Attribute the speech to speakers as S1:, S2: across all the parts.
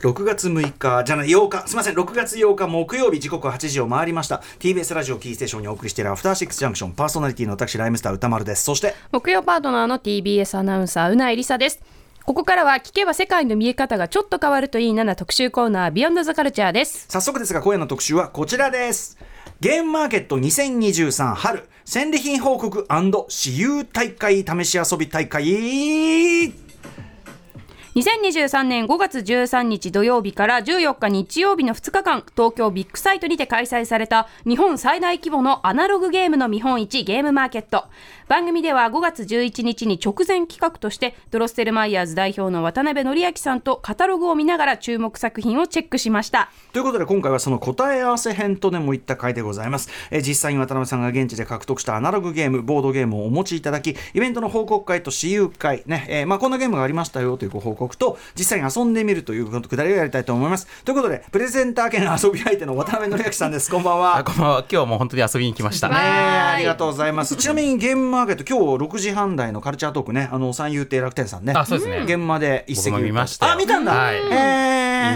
S1: 6月6日、じゃない、8日、すみません、6月8日木曜日、時刻は8時を回りました。TBS ラジオキーステーションにお送りしているアフターシックスジャンクション、パーソナリティの私、ライムスター歌丸です。そして、
S2: 木曜パートナーの TBS アナウンサーうなえりさですここからは聞けば世界の見え方がちょっと変わるといいなな特集コーナービヨンドザカルチャーです
S1: 早速ですが、今夜の特集はこちらです。ゲームマーケット2023春、戦利品報告私有大会試し遊び大会。
S2: 2023年5月13日土曜日から14日日曜日の2日間東京ビッグサイトにて開催された日本最大規模のアナログゲームの見本市ゲームマーケット番組では5月11日に直前企画としてドロッセルマイヤーズ代表の渡辺則明さんとカタログを見ながら注目作品をチェックしました
S1: ということで今回はその答え合わせ編とでもいった回でございます、えー実際に渡辺さんが現地で獲得したアナログゲームボードゲームをお持ちいただきイベントの報告会と私有会ね、えーまあ、こんなゲームがありましたよというご報告と実際に遊んでみるというくだりをやりたいと思いますということでプレゼンター兼遊び相手の渡辺則明さんですこんばんは
S3: あこんばんは今日はもう本当に遊びに来ました
S1: ねえ
S2: はーい
S1: ありがとうございます。ちなみにゲームマーケット、今日6時半台のカルチャートークね、あの三遊亭楽天さんね、
S3: あそうですね
S1: 現場で一席
S3: 僕も見ましたよ
S1: あ、見たんだ。
S3: はいイ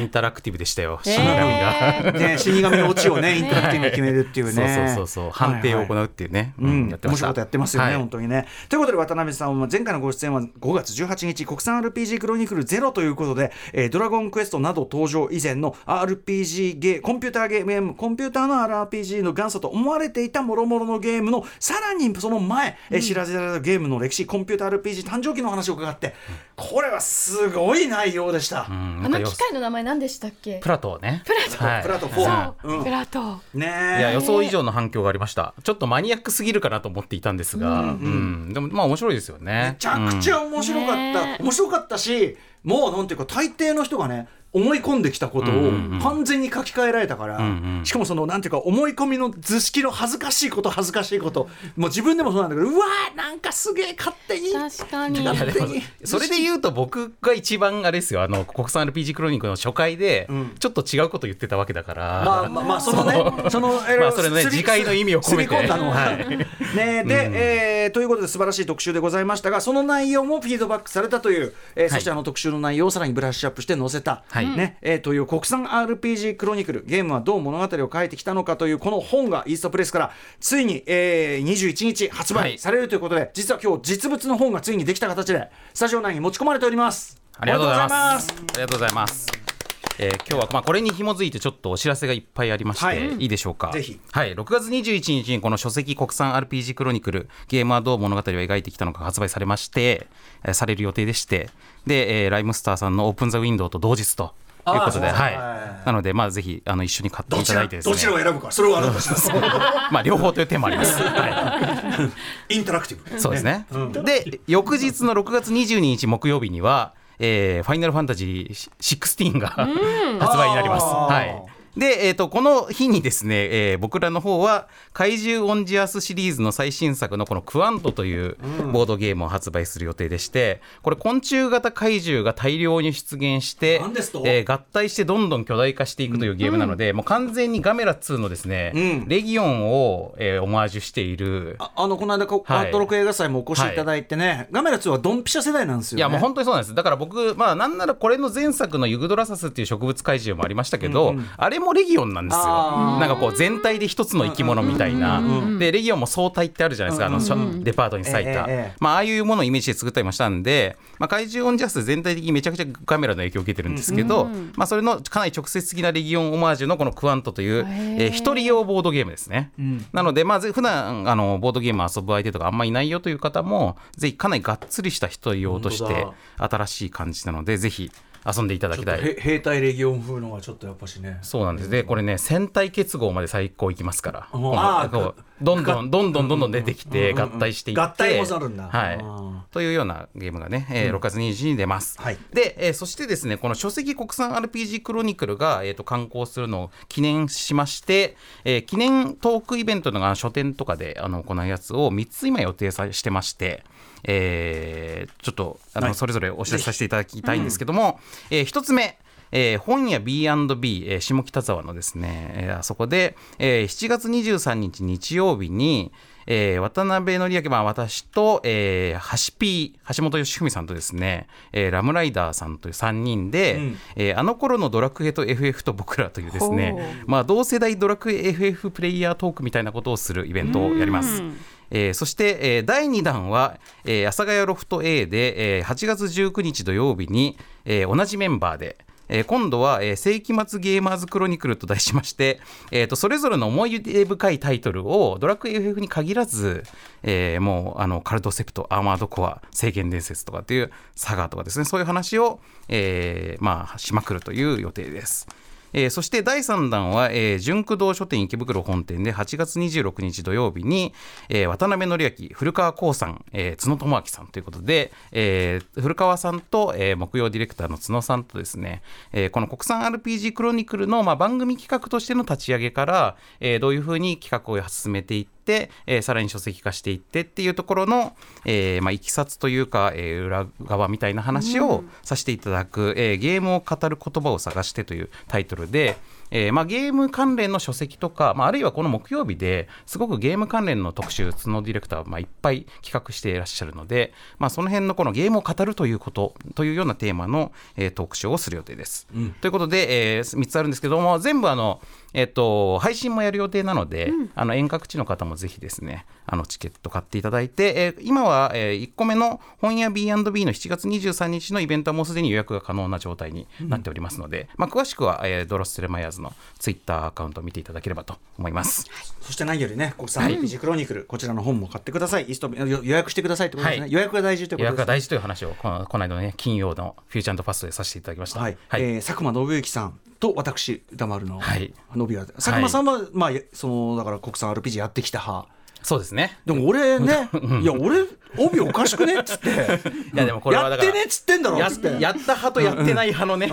S1: へ
S3: ンタラクティブでしたよ死
S2: え
S3: 神が、
S1: え。ね、死神のオチをね、インタラクティブに決めるっていう
S3: そう
S1: ね。
S3: そうそうそう判定を行うっていうね、
S1: う
S3: うん
S1: ん、
S3: や
S1: 面
S3: ってま
S1: 白
S3: し
S1: い
S3: た
S1: ことやってますよね、
S3: はい
S1: 本当にね。ということで、渡辺さんは前回のご出演は5月18日、国産 RPG クロニクルゼロということで、えードラゴンクエストなど登場以前の RPG ゲー、コンピューターゲーム、コンピューターの RPG の元祖と思われていた諸々のゲームの、さらにその前、えー知らずらゲームの歴史、コンピューター RPG 誕生期の話を伺って、これはすごい内容でした。
S3: うん
S4: あ
S3: なん
S4: の
S3: かよ
S4: 機械の名前何でしたっけ
S3: プラトーねプラト
S1: プラトフォ
S3: は
S1: ー
S3: い。
S1: うん
S4: プラトー
S1: ね
S3: いや
S1: え
S3: 予想以上の反響がありましたちょっとマニアックすぎるかなと思っていたんですが、うんでもまあ面白いですよね
S1: めちゃくちゃ面白かった、
S4: ね
S1: 面白かったしもうなんていうか大抵の人がね思い込んできたことを
S3: うんうんうん
S1: 完全に書き換えられたから、
S3: んうん
S1: しかもそのなんていうか思い込みの図式の恥ずかしいこと恥ずかしいこともう自分でもそうなんだけどうわーなんかすげえ勝手に
S4: 確かに
S1: だ
S3: いやでもそれで言うと僕が一番あれですよあの国産 RPG クロニクルの初回で
S1: うん
S3: ちょっと違うこと言ってたわけだから、
S1: まあまあまあそのねそのえー
S3: まあそれね
S1: すり
S3: 自戒の意味を込めて
S1: すり込んだのは、
S3: は
S1: ねで、えーということで素晴らしい特集でございましたがその内容もフィードバックされたという、えーそしてあの特集の内容をさらにブラッシュアップして載せた、
S3: はい
S1: ねえーという国産 RPG クロニクルゲームはどう物語を書いてきたのかというこの本がイーストプレスからついに、えー、21日発
S3: は
S1: 売
S3: い
S1: されるということで、実は今日実物の本がついにできた形でスタジオ内に持ち込まれております
S3: ありがとうございます
S1: おめでとうござい。
S3: ありがとうございます。えー今日はまあこれに紐づいてちょっとお知らせがいっぱいありまして、
S1: はい
S3: い、いでしょうか
S1: ぜひ
S3: はい6月21日にこの書籍国産 RPG クロニクルゲームはどう物語を描いてきたのかが発売されまして、えーされる予定でしてで、えーライムスターさんのオープンザウィンドウと同日ということで
S1: あーそう
S3: はい
S1: はい
S3: なのでまあぜひあの一緒に買って
S1: ど
S3: いた
S1: ち
S3: だ
S1: ら
S3: いてですね
S1: どちらを選ぶかそれをあなたし ます
S3: まあ両方という手もあり ます、はい
S1: インタラクティブ
S3: そうですね。で、翌日の6月22日木曜日には、えーファイナルファンタジー16が発売になります。
S1: あー
S3: はい。で、えっ、と、この日にですね、えー僕らの方は、怪獣オンジアスシリーズの最新作のこのクワントというボードゲームを発売する予定でして、これ昆虫型怪獣が大量に出現して、
S1: なんですと
S3: えー合体してどんどん巨大化していくというゲームなので、もう完全にガメラ2のですね、
S1: うん
S3: レギオンを、えーオマージュしている、
S1: ああのこの間こ、
S3: はい
S1: アートロク映画祭もお越しいただいてね、ガメラ2はドンピシャ世代なんですよ、ね、
S3: いやもう本当にそうなんですだから僕まあなんならこれの前作のユグドラサスっていう植物怪獣もありましたけど、
S1: うんうん
S3: あれもレギオンなんですよ
S1: あー
S3: なんかこう全体で一つの生き物みたいな、
S1: うんうんうんう
S3: でレギオンも総体ってあるじゃないですか、あのしょデパートに咲いた、
S1: ええええ
S3: まあああいうものをイメージで作ったりもしたんで、まあ、怪獣オンジャス全体的にめちゃくちゃカメラの影響を受けてるんですけど、まあ、それのかなり直接的なレギオンオマージュのこのクワントという、えー一人用ボードゲームですね、なのでまあぜ普段あのボードゲーム遊ぶ相手とかあんまいないよという方もぜひかなりがっつりした一人用とし
S1: 本
S3: て
S1: 当
S3: 新しい感じなのでぜひ遊んでいただ
S1: ちょ
S3: き
S1: っと
S3: たい
S1: へ兵隊レギオン風のがちょっとやっぱしね
S3: そうなんですでこれね戦隊結合まで最高いきますから
S1: うん
S3: こ
S1: あー
S3: のこうどんどんどんどんどんどん出てきて
S1: うんうん
S3: 合
S1: うん
S3: 体していって
S1: 合体もなるんだ
S3: は
S1: あ
S3: い
S1: ー
S3: というようなゲームがね、えー6月22日に出ます、
S1: はい
S3: で、えーそしてですねこの書籍国産 RPG クロニクルが、えー、と刊行するのを記念しまして、えー記念トークイベントのが書店とかであの行うやつを3つ今予定さしてまして、えーちょっとあの、
S1: はい
S3: それぞれお知らせさせていただきたいんですけども、え1つ目えー本屋 B&B、えー下北沢のですね、えーあそこで、えー7月23日日曜日に、えー渡辺則明、まあ、私と、えー、橋 P、橋本義文さんとですね、えーラムライダーさんという3人で、
S1: うん
S3: えーあの頃のドラクエと FF と僕らというです
S2: ほう
S3: ね、まあ、同世代ドラクエ FF プレイヤートークみたいなことをするイベントをやります。えーそして、えー第2弾は、えー、阿佐ヶ谷ロフト A で、えー8月19日土曜日に、えー同じメンバーで、えー今度は、えー世紀末ゲーマーズクロニクルと題しまして、えーとそれぞれの思い出深いタイトルをドラクエ FF に限らず、えーもうあのカルドセプトアーマードコア聖剣伝説とかっていうサガとかですねそういう話を、えーまあ、しまくるという予定です。えーそして第3弾は、えー、純駆動書店池袋本店で8月26日土曜日に、えー渡辺則明、古川光さん、えー角智明さんということで、えー古川さんと、えー木曜ディレクターの角さんとですね、えーこの国産 RPG クロニクルの、まあ、番組企画としての立ち上げから、えーどういうふうに企画を進めていって、えーさらに書籍化していってっていうところの、えーまあ、いきさつというか、えー裏側みたいな話をさせていただく、えーゲームを語る言葉を探して」というタイトルで、えーまあ、ゲーム関連の書籍とか、まあ、あるいはこの木曜日ですごくゲーム関連の特集角ディレクターは、まあ、いっぱい企画していらっしゃるので、まあ、その辺のこのゲームを語るということというようなテーマの、えー、トークショーをする予定です。ということで、え3つあるんですけども全部あのえっと、配信もやる予定なので、あの遠隔地の方もぜひですねあのチケット買っていただいて、えー今は、え1個目の本屋 B&B の7月23日のイベントはもうすでに予約が可能な状態になっておりますので、まあ、詳しくは、えードロステルマイヤーズのツイッターアカウントを見ていただければと思います。
S1: そして何よりね、国産 RPG クロニクル、こちらの本も買ってください、イースト予予約してくださいってことですね、
S3: はい
S1: 予約が大事という
S3: 予
S1: ことで
S3: 約が
S1: すね。
S3: 大事という話をこのこの間の、ね、金曜のフューチャーパストでさせていただきました。
S1: はいえー佐久間信之さんと私、歌丸の
S3: はい
S1: 伸びは、佐久間さんは、まあ、そのだから国産 RPG やってきた派。
S3: そうですね
S1: でも俺 ね、いや俺帯おかしくねっつって、
S3: いやで もこれは
S1: や
S3: だ
S1: っ
S3: から
S1: てねっつってんだろっ
S3: や
S1: つって。
S3: やった派とやってない派のね、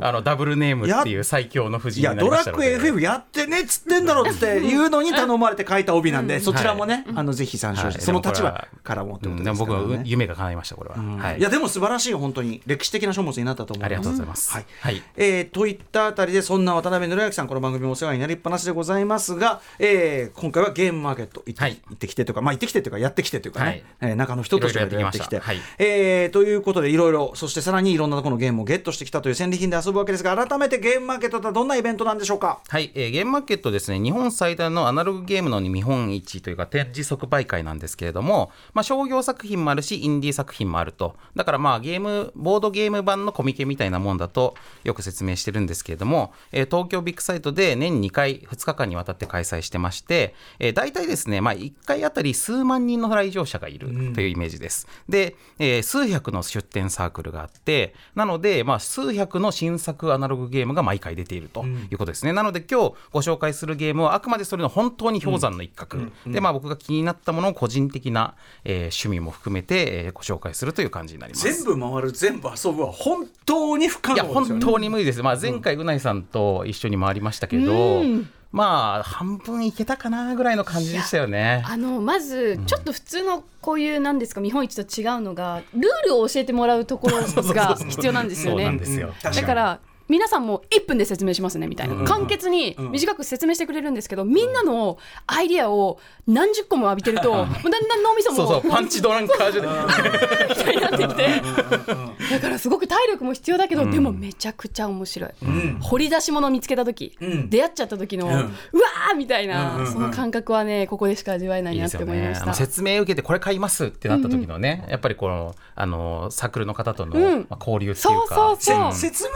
S3: あのダブルネームっていう最強の
S1: い
S3: 藤井
S1: や
S3: になり
S1: ド
S3: ま
S1: ラ
S3: したの
S1: ク
S3: で
S1: エ FF やってねっつってんだろっつって言うのに頼まれて書いた帯なんで、そちらもね、あのぜひ参照して、
S3: はい
S1: その
S3: でもこ
S1: 立
S3: れは
S1: 場からもって
S3: う
S1: こと
S3: ん
S1: で
S3: ですも
S1: か
S3: 僕
S1: ら
S3: は
S1: ね。
S3: う夢が叶いましたこれは、はい
S1: いやでも素晴らしい本当に歴史的な書物になったと思います
S3: ありがとうございます
S1: はい
S3: はい
S1: えーといったあたりでそんな渡辺則明さんこの番組もお世話になりっぱなしでございますが、えー今回はゲームマーケット行って,、
S3: はい
S1: 行ってきてというかまあ行ってきてというかやってきてというかね、
S3: はい
S1: えー中の人として
S3: いろいろやってきました
S1: や
S3: はい
S1: えーということでいろいろそしてさらにいろんなところのゲームをゲットしてきたという戦利品で遊ぶわけですが改めてゲームマーケットとはどんなイベントなんでしょうか
S3: はい、えーゲームマーケットですね、日本最大のアナログゲームの見本市というか展示即売会なんですけれども、まあ、商業作品もあるし、インディー作品もあると。だからまあ、ゲーム、ボードゲーム版のコミケみたいなもんだとよく説明してるんですけれども、えー東京ビッグサイトで年2回、2日間にわたって開催してまして、えー大体ですね、まあ、1回あたり数万人の来場者がいるというイメージです。で、えー数百の出展サークルがあって、なので、まあ、数百の新作アナログゲームが毎回出ているということですね。なので今日ご紹介するゲームはあくまでそれの本当に氷山の一角、で、まあ、僕が気になったものを個人的な、えー趣味も含めて、えーご紹介するという感じになります。
S1: 全部回る全部遊ぶは本当に不可
S3: いや
S1: 能ですよ
S3: 本
S1: ね
S3: 当に無理です、まあ、前回うないさんと一緒に回りましたけど、まあ半分いけたかなぐらいの感じでしたよね。
S4: あのまずちょっと普通のこういうなんですか見本市と違うのがルールを教えてもらうところが必要なんですよ
S3: そうなん
S4: ね
S3: で。すよ、
S4: だから皆さんも1分で説明しますねみたいな、簡潔に短く説明してくれるんですけど、みんなのアイディアを何十個も浴びてると、もうだんだん脳みそも
S3: そうそうパンチドランカー中で
S4: みたいになってきてだからすごく体力も必要だけど、でもめちゃくちゃ面白い、掘り出し物見つけた時、
S1: ん
S4: 出会っちゃった時の、
S1: ん
S4: うわーみたいな、その感覚はねここでしか味わえない
S3: いいで
S4: なっ
S3: す
S4: て
S3: よ
S4: 思いま
S3: ね
S4: し。
S3: あ
S4: た
S3: の説明受けてこれ買いますってなった時のね、やっぱりこのあのサークルの方との、
S4: うん
S3: まあ、交流ってい
S4: そううそ
S3: か
S4: う。そう、
S1: 説明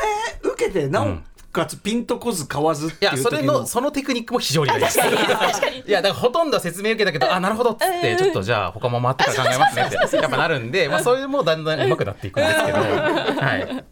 S1: 受けてなおかつピンとこず買わずって
S3: い
S1: いう
S3: や
S1: 時
S3: それのそのテクニックも非常に大事です。いやだからほとんどは説明受けたけどあなるほどっつってちょっとじゃあ他も回ってから考えますねってやっぱなるんでまあそれもだんだん上手くなっていくんですけど、はい。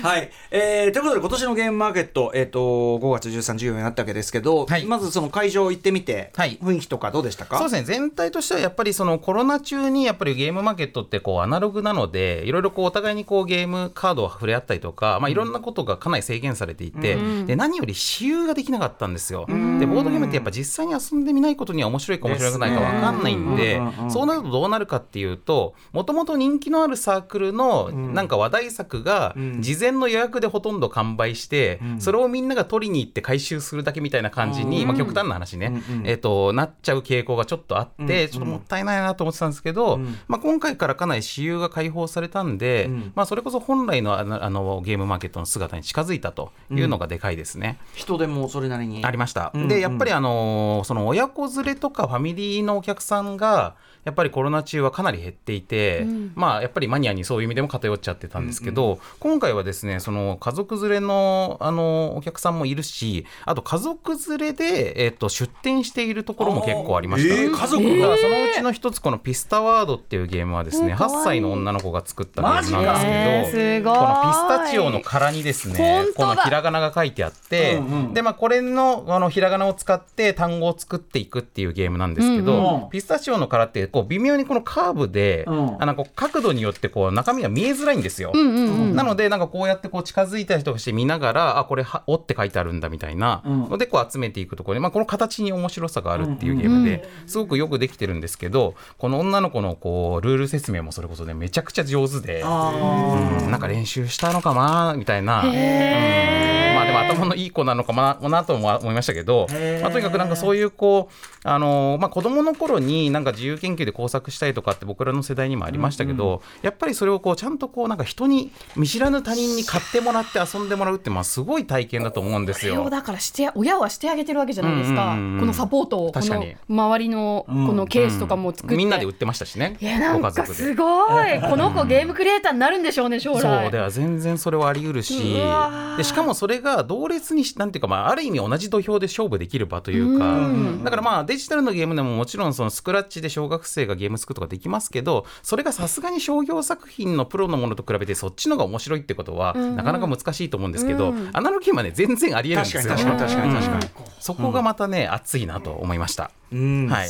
S1: はい、えーということで今年のゲームマーケット、えー、と5月13、14になったわけですけど、
S3: はい
S1: まずその会場行ってみて、
S3: はい
S1: 雰囲気とかどうでしたか
S3: そうですね全体としてはやっぱりそのコロナ中にやっぱりゲームマーケットってこうアナログなのでいろいろこうお互いにこうゲームカードを触れ合ったりとか、まあ、いろんなことがかなり制限されていて、で何より私有ができなかったんですよ。でボードゲームってやっぱ実際に遊んでみないことには面白いか面白くないか分かんない
S1: で
S3: ん
S1: すね
S3: で
S1: うんうんうん
S3: そうなるとどうなるかっていうともともと人気のあるサークルのなんか話題作が
S1: ん
S3: 事前面の予約でほとんど完売して、それをみんなが取りに行って回収するだけみたいな感じに、まあ、極端な話ね、
S1: うんうん
S3: えっとなっちゃう傾向がちょっとあって、
S1: うん
S3: ちょっともったいないなと思ってたんですけど、
S1: うん
S3: まあ、今回からかなり私有が解放されたんで、
S1: うん
S3: まあ、それこそ本来のあのあのゲームマーケットの姿に近づいたというのがでかいですね。
S1: 人でもそれなりに
S3: ありました。
S1: うんうん
S3: で、やっぱりあのーその親子連れとかファミリーのお客さんが、やっぱりコロナ中はかなり減っていて、まあ、やっぱりマニアにそういう意味でも偏っちゃってたんですけど、今回はですね、その家族連れの、あのーお客さんもいるし、あと家族連れで、えっ、と、出店しているところも結構ありました。
S1: えー家族が
S3: だからそのうちの一つ、このピスタワードっていうゲームはですね、
S2: うんかわいい
S3: 8歳の女の子が作ったゲ
S1: マ
S3: ー
S1: ジ
S3: ム
S1: か
S3: なんですけ
S2: す
S3: ど、
S2: ごい
S3: このピスタチオの殻にですね
S4: 本、当
S3: こ
S4: だ
S3: のひらがなが書いてあって、
S1: うんうん
S3: で、まあ、これの、あの、ひらがなを使って単語を作っていくっていうゲームなんですけど、
S1: うんうん
S3: ピスタチオの殻って、こう、微妙にこのカーブで、
S1: うん
S3: あの、こう角度によって、こう、中身が見えづらいんですよ。
S4: うんうんうん
S3: なので、なんかこうやってこう近づいたりとかして見ながら、あ、これは、おって書いてあるんだみたいな
S1: うん
S3: ので、こう集めていくところで、まあこの形に面白さがあるっていうゲームで、すごくよくできてるんですけど、この女の子のこう、ルール説明もそれこそね、めちゃくちゃ上手で、
S1: あ
S3: なんか練習したのかなみたいな。うんまあでも頭のいい子なのかななとも思いましたけど
S1: へー、
S3: まあ、とにかくなんかそういうこう、あのーまあ、子どもの頃になんか自由研究で工作したりとかって僕らの世代にもありましたけど、やっぱりそれをこうちゃんとこうなんか人に見知らぬ他人に買ってもらって遊んでもらうってまあすごい体験だと思うんです
S4: それを
S3: よ。
S4: だからして親はしてあげてるわけじゃないですか、
S3: うんうんうん
S4: このサポートをこ
S3: 確か
S4: の
S3: に
S4: 周りのこのケースとかも作って、
S3: みんなで売ってましたしね
S4: いやな
S3: ご
S4: んか
S3: 家族
S4: す
S3: で。
S4: ごいこの子ゲームクリエイターになるんでしょうね将
S3: そう
S4: 来
S3: では全然それはあり得るし
S4: うわー
S3: でしかもそれが同列にしなんていうか、まあ、ある意味同じ土俵で勝負できる場というか、
S4: うん
S3: だからまあデジタルのゲームでももちろんそのスクラッチで小学生がゲーム作るとかできますけどそれがさすがに商業作品のプロのものと比べてそっちのが面白いってことはなかなか難しいと思うんですけど、アナログゲームはね全然ありえるんですよ
S1: 確かに確かに確かに確かに
S3: うんそこがまたね熱いなと思いました。
S1: うん
S3: はい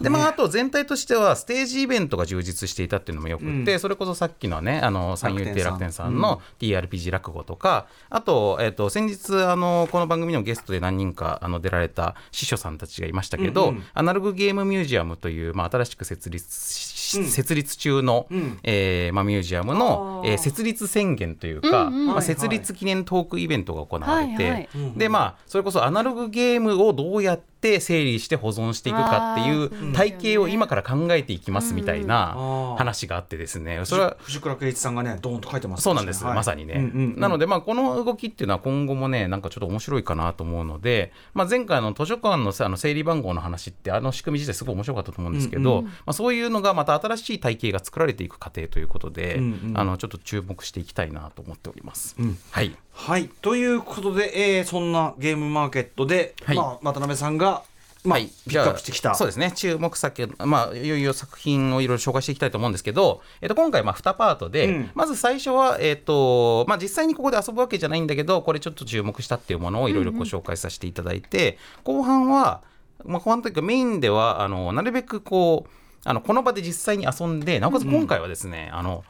S3: でまあ、あと全体としてはステージイベントが充実していたっていうのもよくって、それこそさっきのねあの三遊亭
S1: 楽
S3: 楽
S1: 天
S3: 天
S1: さん
S3: さんの TRPG 落語とか、あと,、えっと先日あのこの番組のゲストで何人かあの出られた師匠さんたちがいましたけど、
S1: うんうん
S3: アナログゲームミュージアムという、まあ、新しく設立し
S1: うん
S3: 設立中の、
S1: うん
S3: えーまあ、ミュージアムの
S1: あ、ー
S3: えー設立宣言というか、
S4: うんうん
S1: はい
S3: ま
S1: は
S3: あ、
S1: い
S3: 設立記念トークイベントが行われて。
S4: はいはい
S1: うん
S3: でまあそれこそアナログゲームをどうやって整理して保存していくかって
S4: あ
S3: い
S4: ー
S3: う体系を今から考えていきますみたい
S1: うん
S3: な話があってですねそれは
S1: 藤倉圭一さんがねドーンと書いてます
S3: そうなんです、
S1: はい
S3: まさにね、
S1: うんうんうん
S3: なのでまあこの動きっていうのは今後もねなんかちょっと面白いかなと思うので、まあ、前回の図書館のさあの整理番号の話ってあの仕組み自体すごい面白かったと思うんですけど、まあ、そういうのがまた新しい体系が作られていく過程ということで、
S1: うんうん
S3: あのちょっと注目していきたいなと思っております。
S1: ん
S3: はい
S1: はいということで、えーそんなゲームマーケットで、
S3: はい
S1: まあ、渡辺さんが、まあ
S3: はい
S1: ピックアップしてきた
S3: そうですね注目作まあいよいよ作品をいろいろ紹介していきたいと思うんですけど、えっと、今回まあ2パートで、
S1: うん
S3: まず最初は、えっとまあ、実際にここで遊ぶわけじゃないんだけどこれちょっと注目したっていうものをいろいろご紹介させていただいて、後半は、まあ、後半というかメインではあのなるべくこうあのこの場で実際に遊んでなおかつ今回はですね、あの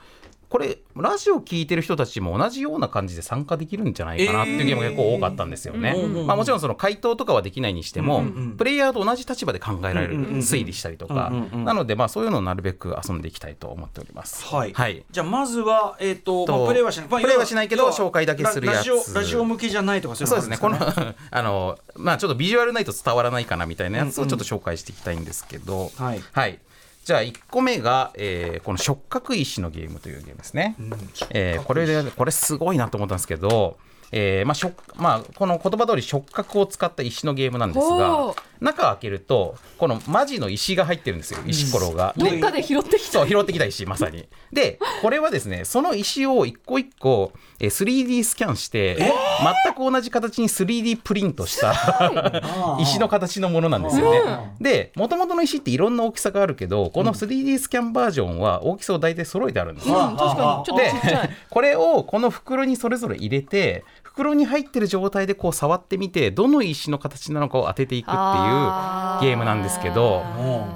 S3: これラジオ聞いてる人たちも同じような感じで参加できるんじゃないかなっていうゲームが結構多かったんですよね。
S1: えーうんうんうん
S3: まあ、もちろんその回答とかはできないにしても、
S1: うんうんうん
S3: プレイヤーと同じ立場で考えられる、
S1: うんうんうん
S3: 推理したりとか、
S1: うんうんうん
S3: なのでまあそういうのをなるべく遊んでいきたいと思っております。
S1: はい、じゃあまずは、えーと
S3: と
S1: まあプレイはしない、まあ
S3: プレイはしないけど
S1: 要
S3: 紹介だけするやつ
S1: ララジオラジオ向きじゃないとかそういう
S3: そう
S1: の
S3: ですねこの
S1: ある んですか
S3: あの、まあ、ちょっとビジュアルないと伝わらないかなみたいなやつをちょっと紹介していきたいんですけど、
S1: はい
S3: じゃあ1個目が、えーこの触覚石のゲームというゲームですね。
S1: うん
S3: えーこれでこれすごいなと思ったんですけど、えーまあ触まあ、この言葉通り触覚を使った石のゲームなんです
S4: お
S3: が
S4: ー
S3: 中を開けるとこのマジの石が入ってるんですよ石ころが。
S4: ど
S3: で
S4: っかで拾ってきた
S3: そう拾ってきた石まさに。でこれはですねその石を一個一個、えー 3D スキャンして全く同じ形に 3D プリントした
S1: あー
S3: 石の形のものなんですよね。で元々の石っていろんな大きさがあるけどこの 3D スキャンバージョンは大きさを大体揃えてあるんですよ。
S4: うん確かにちょっと
S3: で
S4: ちっちゃい
S3: これをこの袋にそれぞれ入れて袋に入ってる状態でこう触ってみてどの石の形なのかを当てていくっていう
S4: あー
S3: ゲームなんですけど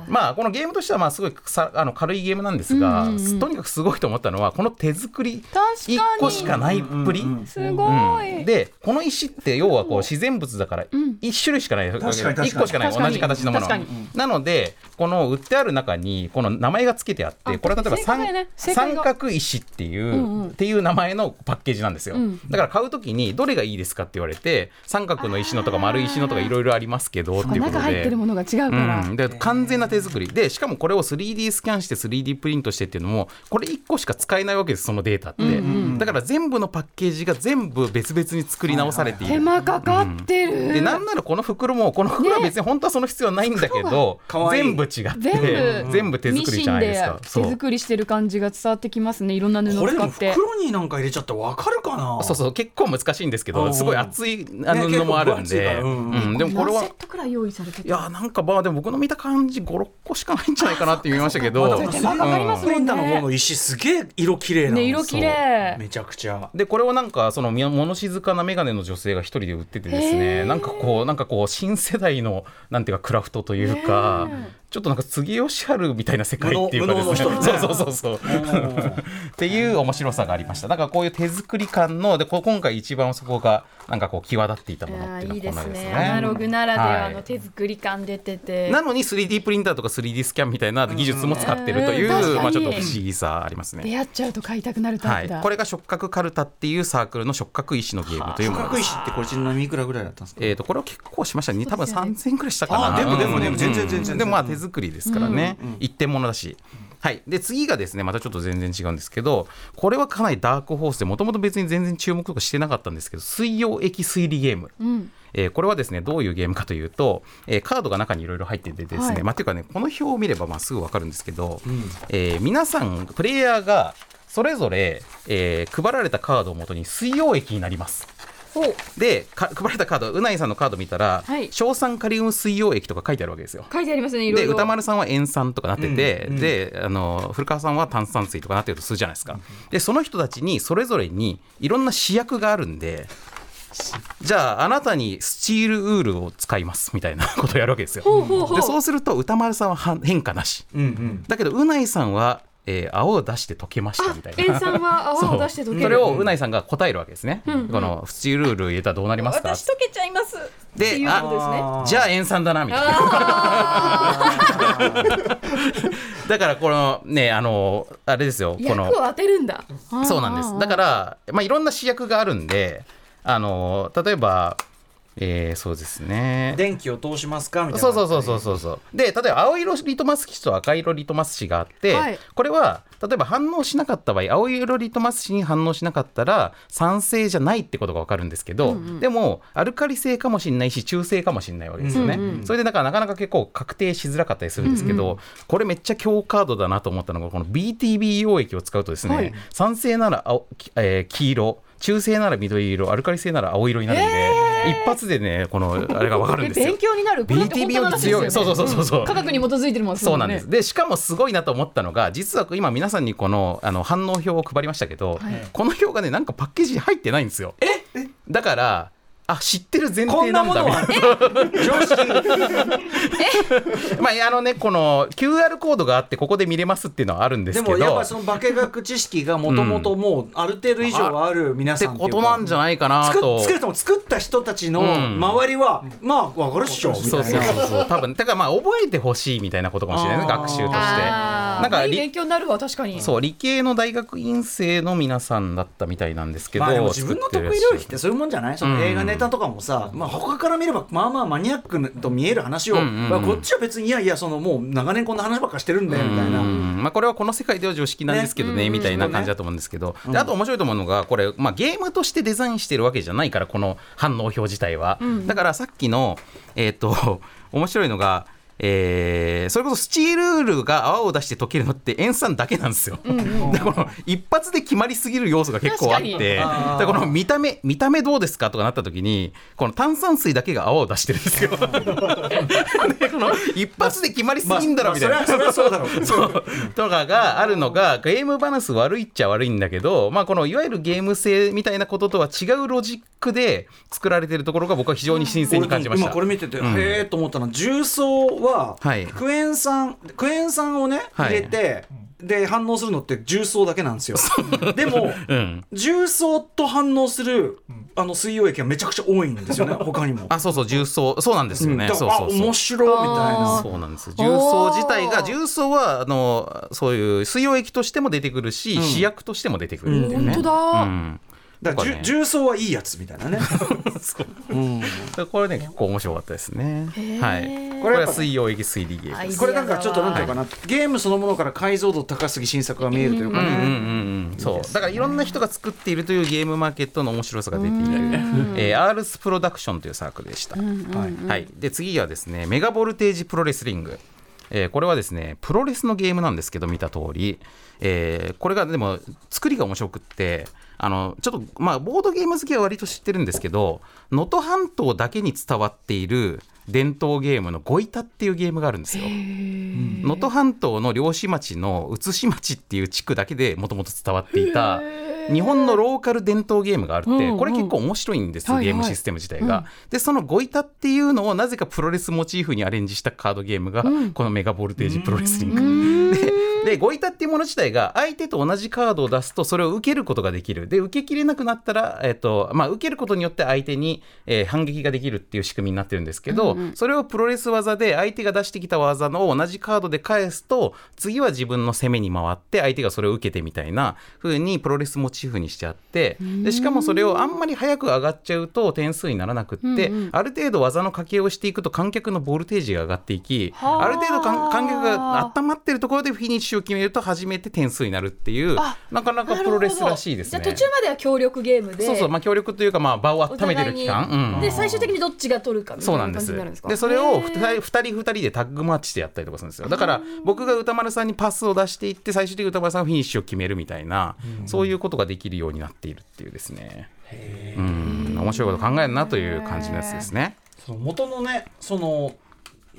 S1: う
S3: まあこのゲームとしてはまあすごいさあの軽いゲームなんですが、
S4: うんうんうん
S3: とにかくすごいと思ったのはこの手作り
S4: 確
S3: 1
S4: か
S3: 個
S4: に
S3: しかないっぷり。
S1: うんうんうん
S4: すごい、
S3: うんでこの石って要はこう自然物だから1種類しかない、
S1: 確かに確かに
S3: 1個しかない
S4: 確か
S3: 同
S4: に
S3: じ形のもの
S4: 確かに
S3: なのでこの売ってある中にこの名前が付けてあって
S4: あ
S3: これは例えば
S4: 正
S3: 三,、
S4: 解だね正解
S3: 三
S4: が
S3: 角石っていう、
S4: んうん
S3: っていう名前のパッケージなんですよ、
S4: うん
S3: だから買うときにどれがいいですかって言われて三角の石のとか丸い石のとかいろいろありますけどっていうことで
S4: 中入ってるものが違うから、
S3: うん、で完全な手作りでしかもこれを 3D スキャンして 3D プリントしてっていうのもこれ1個しか使えないわけですそのデータって、だから全部のパッケージが全部別々に作り直されている、
S4: 手間かかってる、
S3: でなんならこの袋もこの袋は別に本当はその必要はないんだけど、
S1: 袋は可愛い
S3: 全部違って
S4: 全部
S3: 全部手
S4: ミ
S3: 作り
S4: シ
S3: じゃ
S4: ン
S3: ないで
S4: です
S3: かそ
S4: 手
S3: う
S4: 作りしてる感じが伝わってきますねいろんな布
S1: これで
S4: 使
S1: も
S4: って
S1: 袋になんか入れちゃってわかるかな
S3: そうそう結構難しいんですけ
S1: うんう
S3: ど
S1: ん
S3: すごい厚いあの
S1: ね
S3: 布もあるん
S1: 結構分厚いから
S3: で、
S1: うんうん
S3: うんでもこれ
S4: 何
S3: は
S4: セットくらい用意されて
S3: い
S4: て
S3: やなんかまあでも僕の見た感じ56個しかないんじゃないかなって見ましたけど
S1: まあでも
S4: 手間かかります
S1: プ
S4: もんね
S1: リンターの方の石すげえ色綺麗なん
S4: ね
S1: ですよ
S4: 色綺麗
S1: めちゃくちゃ。
S3: でこれをなんかそのみ物静かな眼鏡の女性が一人で売っててです
S4: へー
S3: ねなんかこうなんかこう新世代のなんていうかクラフトというかちょっとなんか杉義春みたいな世界っていうかですね
S1: 無能無能の人
S3: そ
S1: ね
S3: うそうそうそう
S1: うん
S3: っていう面白さがありましただからこういう手作り感のでこ今回一番そこがなんかこう際立っていたものっていうの
S4: い
S3: はい
S4: で
S3: こんな
S4: す
S3: んです
S4: ね
S3: ね。
S4: アナログならでは
S3: は
S4: の
S3: い
S4: 手作り感出てて、
S3: なのに 3D プリンターとか 3D スキャンみたいな技術も使ってるという、
S4: うんうんうん
S3: まあ、ちょっと不思議さありますね。
S4: 出会っちゃうと買いたくなるタ
S3: は
S4: イプ
S3: い
S4: だ、、
S3: これが触覚カルタっていうサークルの触覚石のゲームという
S1: 四
S3: もの
S1: 角
S3: です。
S1: 石ってこれちなみにいくらぐらいだったんですか
S3: えー、とこれは結構しましたね多分
S4: そうですよね
S3: 3000円くらいしたか
S1: あ
S3: な
S1: ーでもでも
S3: うん
S1: でも全然全然
S3: でもまあ手作りですからね、一点物だし、はい、で次がですねまたちょっと全然違うんですけどこれはかなりダークホースでもともと別に全然注目とかしてなかったんですけど水溶液推理ゲーム、
S4: うん、
S3: えーこれはですねどういうゲームかというと、えーカードが中にいろいろ入っててですね、
S4: はい
S3: まあ、ていうかねこの表を見ればまあすぐ分かるんですけど、えー皆さんプレイヤーがそれぞれ、えー配られたカードをもとに水溶液になります。でか配られたカードうないさんのカード見たら、
S4: はい
S3: 硝酸カリウム水溶液とか書いてあるわけですよ。
S4: 書いてありますねいろ
S3: で
S4: いろ
S3: 歌丸さんは塩酸とかなってて、
S1: うんうん
S3: であの古川さんは炭酸水とかなってるとするじゃないですか、でその人たちにそれぞれにいろんな試薬があるんでじゃああなたにスチールウールを使いますみたいなことをやるわけですよ
S4: ほうほうほう
S3: でそうすると歌丸さんはは変化なし
S1: うんうん
S3: だけどうないさんは、えー青を出して溶けましたみたいな
S4: 塩酸は
S3: そ
S4: 泡
S3: う
S4: を出して溶け
S3: それ
S4: る
S3: をうないさんが答えるわけですね、このスチールウール入れたらどうなりますか
S4: 私溶けちゃいますって
S3: で
S4: いうことですね
S1: あ
S3: じゃあ塩酸だなみたいな だからこのねあのあれですよこ
S4: 役
S3: の
S4: を当てるんだ
S3: そうなんですだ
S4: ら
S3: から、まあ、いろんな試薬があるんであの例えば、えーそうですね
S1: 電気を通しますかみたいな。
S3: そうそうそうそうそうそうで例えば青色リトマス紙と赤色リトマス紙があって、
S4: はい
S3: これは例えば反応しなかった場合青色リトマス紙に反応しなかったら酸性じゃないってことが分かるんですけど、でもアルカリ性かもしれないし中性かもしれないわけですよね、
S1: うんうん
S3: それでだからなかなか結構確定しづらかったりするんですけど、これめっちゃ強カードだなと思ったのがこの BTB 溶液を使うとですね、
S4: はい
S3: 酸性なら青、きえー黄色中性なら緑色アルカリ性なら青色になるんで、一発でねこのあれが分かるんですよ
S4: 勉。強になるこれって本当の
S3: BTB より
S4: 話ですよ
S3: 強
S4: ね
S3: い、そうそうそうそうそう。
S4: 科学に基づいてるもん
S3: そうなんです。でしかもすごいなと思ったのが実は今皆さんにこのあの反応表を配りましたけど、
S4: はい
S3: この表がねなんかパッケージに入ってないんですよ。だからあ知ってる前
S1: こ
S3: 提
S1: んな
S3: なん
S1: も
S3: だ
S1: の
S3: みたい
S1: は
S3: な。
S1: 常識。
S3: まあいやあのねこの QR コードがあってここで見れますっていうのはあるんです
S1: で
S3: けど。
S1: もやっぱりその化学知識がもともともうある程度以上はある皆
S3: って
S1: さん
S3: ことなんじゃないかな
S1: 作
S3: と。
S1: 作る人も作った人たちの
S3: うん
S1: 周りは、まあ分かるっしょみた
S3: そう
S1: い
S3: そう
S1: な。
S3: そうそう多分だからまあ覚えてほしいみたいなことかもしれないね
S1: あー
S3: 学習として。
S4: あー
S3: なんか
S4: いい
S3: り
S4: 勉強になるわ確かに
S3: そう理系の大学院生の皆さんだったみたいなんですけど、
S1: まあでも自分の得意領域ってそういうもんじゃないその
S3: うん
S1: 映画ネタとかもさ、まあ他から見ればまあまあマニアックと見える話を、
S3: うんうんうん
S1: まあこっちは別にいやいやそのもう長年こんな話ばっかしてるんだよみたいな。
S3: うんまあ、これはこの世界では常識なんですけどねみたいな感じだと思うんですけど、であと面白いと思うのがこれ、まあ、ゲームとしてデザインしてるわけじゃないからこの反応表自体は、だからさっきのえっ、と 面白いのが、えーそれこそスチールールが泡を出して溶けるのって塩酸だけなんですよ、 でこの一発で決まりすぎる要素が結構あっ
S4: 確
S3: て
S4: か
S1: にあー
S3: でこの見た目見た目どうですかとかなった時にこの炭酸水だけが泡を出してるんで すよでこの一発で決まりすぎんだろみたいな、
S1: まあそれはそれはそうだろう。
S3: そうとかがあるのがゲームバランス悪いっちゃ悪いんだけど、まあ、このいわゆるゲーム性みたいなこととは違うロジックで作られてるところが僕は非常に新鮮に感じま
S1: 俺
S3: した。
S1: 今これ見てて、
S3: うん
S1: へえと思ったのは重曹は
S3: はい
S1: クエン酸クエン酸をね
S3: は
S1: 入れ
S3: い
S1: て、で反応するのって重曹だけなんですよ。でも、
S3: うん
S1: 重曹と反応するあの水溶液がめちゃくちゃ多いんです よね、他にも。
S3: あそうそう重曹そうなんですよね、
S1: うんだ
S3: そ
S1: から
S3: うそう
S1: あ
S3: そう
S1: 面白いみたいな。
S3: そうなんです重曹自体が
S4: おー
S3: 重曹はあのそういう水溶液としても出てくるし、試薬としても出てくるっていうね、
S4: 本当だ
S3: うん
S1: だから、
S3: そうかね
S1: 重重曹はいいやつみたいな ね。うん
S3: これね結構面白かったですね
S4: へー
S3: はい
S1: こ
S3: こ
S1: れ
S3: れ
S1: やっ
S3: は
S1: ぱ
S3: 水溶液水利ゲームです
S1: これなんかちょっとなんていうかな、ゲームそのものから解像度高すぎ新作が見えるという
S3: う
S1: か
S3: んうんう
S1: ね。
S3: んうん、そうだからいろんな人が作っているというゲームマーケットの面白さが出ている、えー、アールスプロダクションというサークルでした、
S1: はい
S3: はい、で次はですねメガボルテージプロレスリング、えーこれはですねプロレスのゲームなんですけど見た通り、えーこれがでも作りが面白くってあのちょっとまあボードゲーム好きは割と知ってるんですけど能登半島だけに伝わっている伝統ゲームの「ゴイタ」っていうゲームがあるんですよ。能登半島の漁師町の宇都市町っていう地区だけでもともと伝わっていた日本のローカル伝統ゲームがあるって、
S4: うんうん
S3: これ結構面白いんです
S4: は
S3: よ
S4: いはい
S3: ゲームシステム自体が。でそのゴイタっていうのをなぜかプロレスモチーフにアレンジしたカードゲームが、このメガボルテージプロレスリング。ででゴイタっていうもの自体が相手と同じカードを出すとそれを受けることができるで受けきれなくなったら、えっとまあ、受けることによって相手に、えー反撃ができるっていう仕組みになってるんですけど、それをプロレス技で相手が出してきた技の同じカードで返すと次は自分の攻めに回って相手がそれを受けてみたいな風にプロレスモチーフにしてあってでしかもそれをあんまり早く上がっちゃうと点数にならなくって、ある程度技の掛けをしていくと観客のボルテージが上がっていき
S4: はあ
S3: ある程度かん観客が温まってるところでフィニッシュを決めると初めて点数になるっていう
S4: あ
S3: なかなかプロレスらしいですね。
S5: じゃあ途中までは協力ゲームで
S3: そうそう、まあ、協力というか、まあ、場を
S5: お
S3: 温めて
S5: 互い
S3: る
S5: に
S3: 期間、うん
S5: で最終的にどっちが取るかみた
S3: そ
S5: いうな
S3: なんです
S4: みたいな感じになるんですか
S3: でそれを2人2人でタッグマッチでやったりとかするんですよだから僕が歌丸さんにパスを出していって最終的に歌丸さんがフィニッシュを決めるみたいなそういうことができるようになっているっていうですねうん面白いこと考えるなという感じのやつですね
S1: その元のねその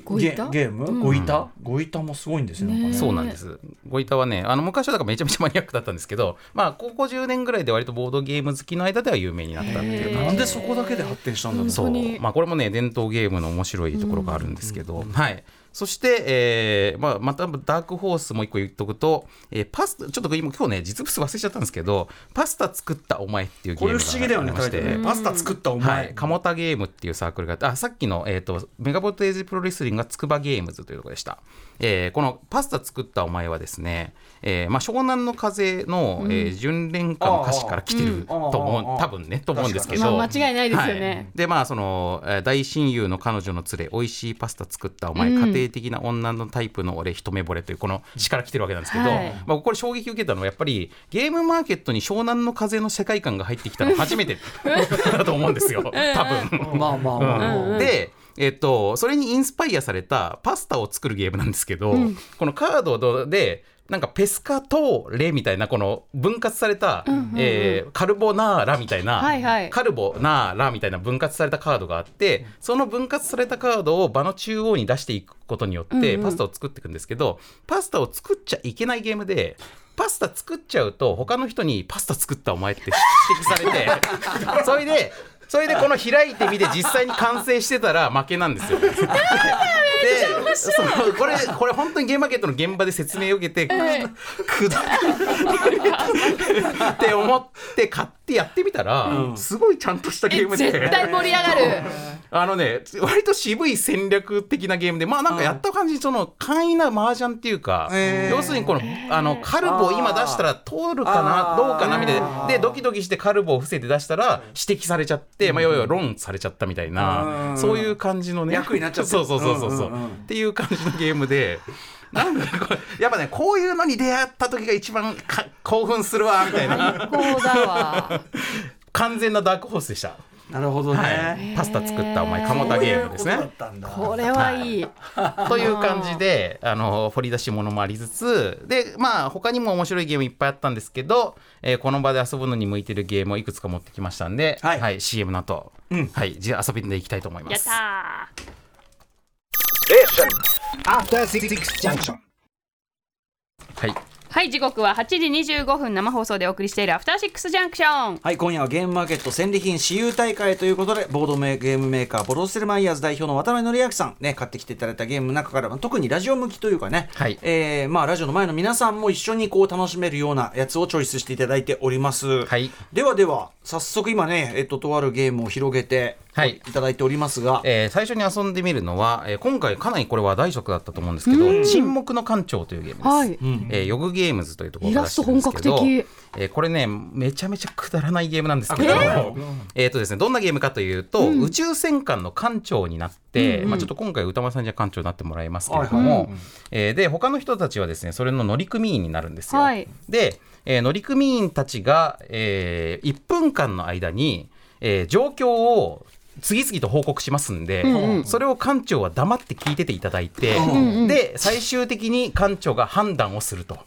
S4: ご
S1: ゲ
S4: いた
S1: ゲームゴイタゴイタもすごいんですよなんかね。
S3: そうなんですごいたはねあの昔はだからめちゃめちゃマニアックだったんですけどまあここ10年ぐらいで割とボードゲーム好きの間では有名になったっていう感
S1: な
S3: じ
S1: んでそこだけで発展したんだろう。
S3: そうまあ、これもね伝統ゲームの面白いところがあるんですけど、はいそして、えーまあ、またダークホースもう一個言っとくと、えーパスタちょっと今今日ね実物忘れちゃったんですけど「パスタ作ったお前」っていうゲ
S1: こ
S3: ーム
S1: れ不思議だよ
S3: が
S1: ね
S3: あ
S1: タイ
S3: りまし
S1: ト
S3: て。
S1: ルね。パスタ作ったお
S3: はい、
S1: 前。
S3: 鴨田ゲームっていうサークルがあってあさっきの、えー、とメガボルテージプロレスリングがつくばゲームズというところでした、えーこの「パスタ作ったお前」はですね、えーまあ、湘南の風の、えー純恋歌の歌詞から来てると思う、
S1: うん
S3: 多分ねと思うんですけど、
S4: まあ間違いないですよね
S3: はい、でまあそのえー大親友の彼女の連れ美味しいパスタ作ったお前、家庭的な女のタイプの俺一目惚れというこの詩から来てるわけなんですけど、
S4: はい
S3: まあ、これ衝撃受けたのはやっぱりゲームマーケットに湘南の風の世界観が入ってきたの初めてだと思う んですよ多分。
S1: まあまあまあまあ。
S3: で、えっと、それにインスパイアされたパスタを作るゲームなんですけど、このカードでなんかペスカトーレみたいなこの分割された、えーカルボナーラみたいな、
S4: はいはい
S3: カルボナーラみたいな分割されたカードがあってその分割されたカードを場の中央に出していくことによってパスタを作っていくんですけど、パスタを作っちゃいけないゲームで。パスタ作っちゃうと他の人に「パスタ作ったお前」って指摘さ れてそれでそれでこの開いてみて実際に完成してたら負けなんですよ。でそのこれこれ本当にゲームマーケットの現場で説明を受けてくだって思って買ってやってみたら、すごいちゃんとしたゲームで
S4: 絶対盛り上がる
S3: あのね割と渋い戦略的なゲームでまあなんかやった感じその簡易な麻雀っていうか、
S1: へー
S3: 要するにこのあのカルボを今出したら通るか
S1: あ
S3: な
S1: ー
S3: どうかなみたい
S1: あ
S3: な
S1: ー
S3: でドキドキしてカルボを伏せて出したら指摘されちゃって、まあ要は論されちゃったみたいな、
S1: うん
S3: そういう感じのね
S1: 役になっちゃって
S3: そうそうそうそうそう、
S1: うんうんうん
S3: っていう感じのゲームで。なんかこれ やっぱねこういうのに出会った時が一番か興奮するわみたいな
S4: こうだわ
S3: 完全なダークホースでした。
S1: なるほど
S3: はい、
S1: ね。
S3: パスタ作ったお前鴨田ゲームです
S1: そういう
S3: ね
S1: こ。とだったんだ
S4: これはいい
S3: という感じであの掘り出し物もありつつでまあ他にも面白いゲームいっぱいあったんですけど、えーこの場で遊ぶのに向いてるゲームをいくつか持ってきましたんで、
S1: はい
S3: CM の後、はいじゃあ遊びんでいきたいと思います。
S6: After Six Junction.
S3: はい
S2: はい時刻は8時25分生放送でお送りしているアフターシックスジャンクション
S1: はい、今夜はゲームマーケット戦利品私有大会ということで、ボードメゲームメーカー、ボロステルマイヤーズ代表の渡辺則明さん、ね、買ってきていただいたゲームの中から、まあ特にラジオ向きというかね、
S3: はい
S1: えーまあ、ラジオの前の皆さんも一緒にこう楽しめるようなやつをチョイスしていただいております。
S3: はい
S1: ではでは、早速今ね、えっと、とあるゲームを広げて、
S3: はい
S1: いただいておりますが、
S3: えー最初に遊んでみるのは、えー今回かなりこれ話題作だったと思うんですけど「沈黙の艦長」というゲームです。
S4: はい
S1: うん
S3: えーヨグゲームズというところから出してるんですけ
S4: イラ
S3: ど
S4: スト本格、
S3: えーこれねめちゃめちゃくだらないゲームなんですけど、えーとですねどんなゲームかというと、宇宙戦艦の艦長になって、まあちょっと今回歌丸さんには艦長になってもらいますけれども、えーで他の人たちはですねそれの乗組員になるんですよ。
S4: はい
S3: で、えー乗組員たちが、え1分間の間に、えー状況を次々と報告しますんで、それを艦長は黙って聞いてていただいて、で最終的に艦長が判断をすると、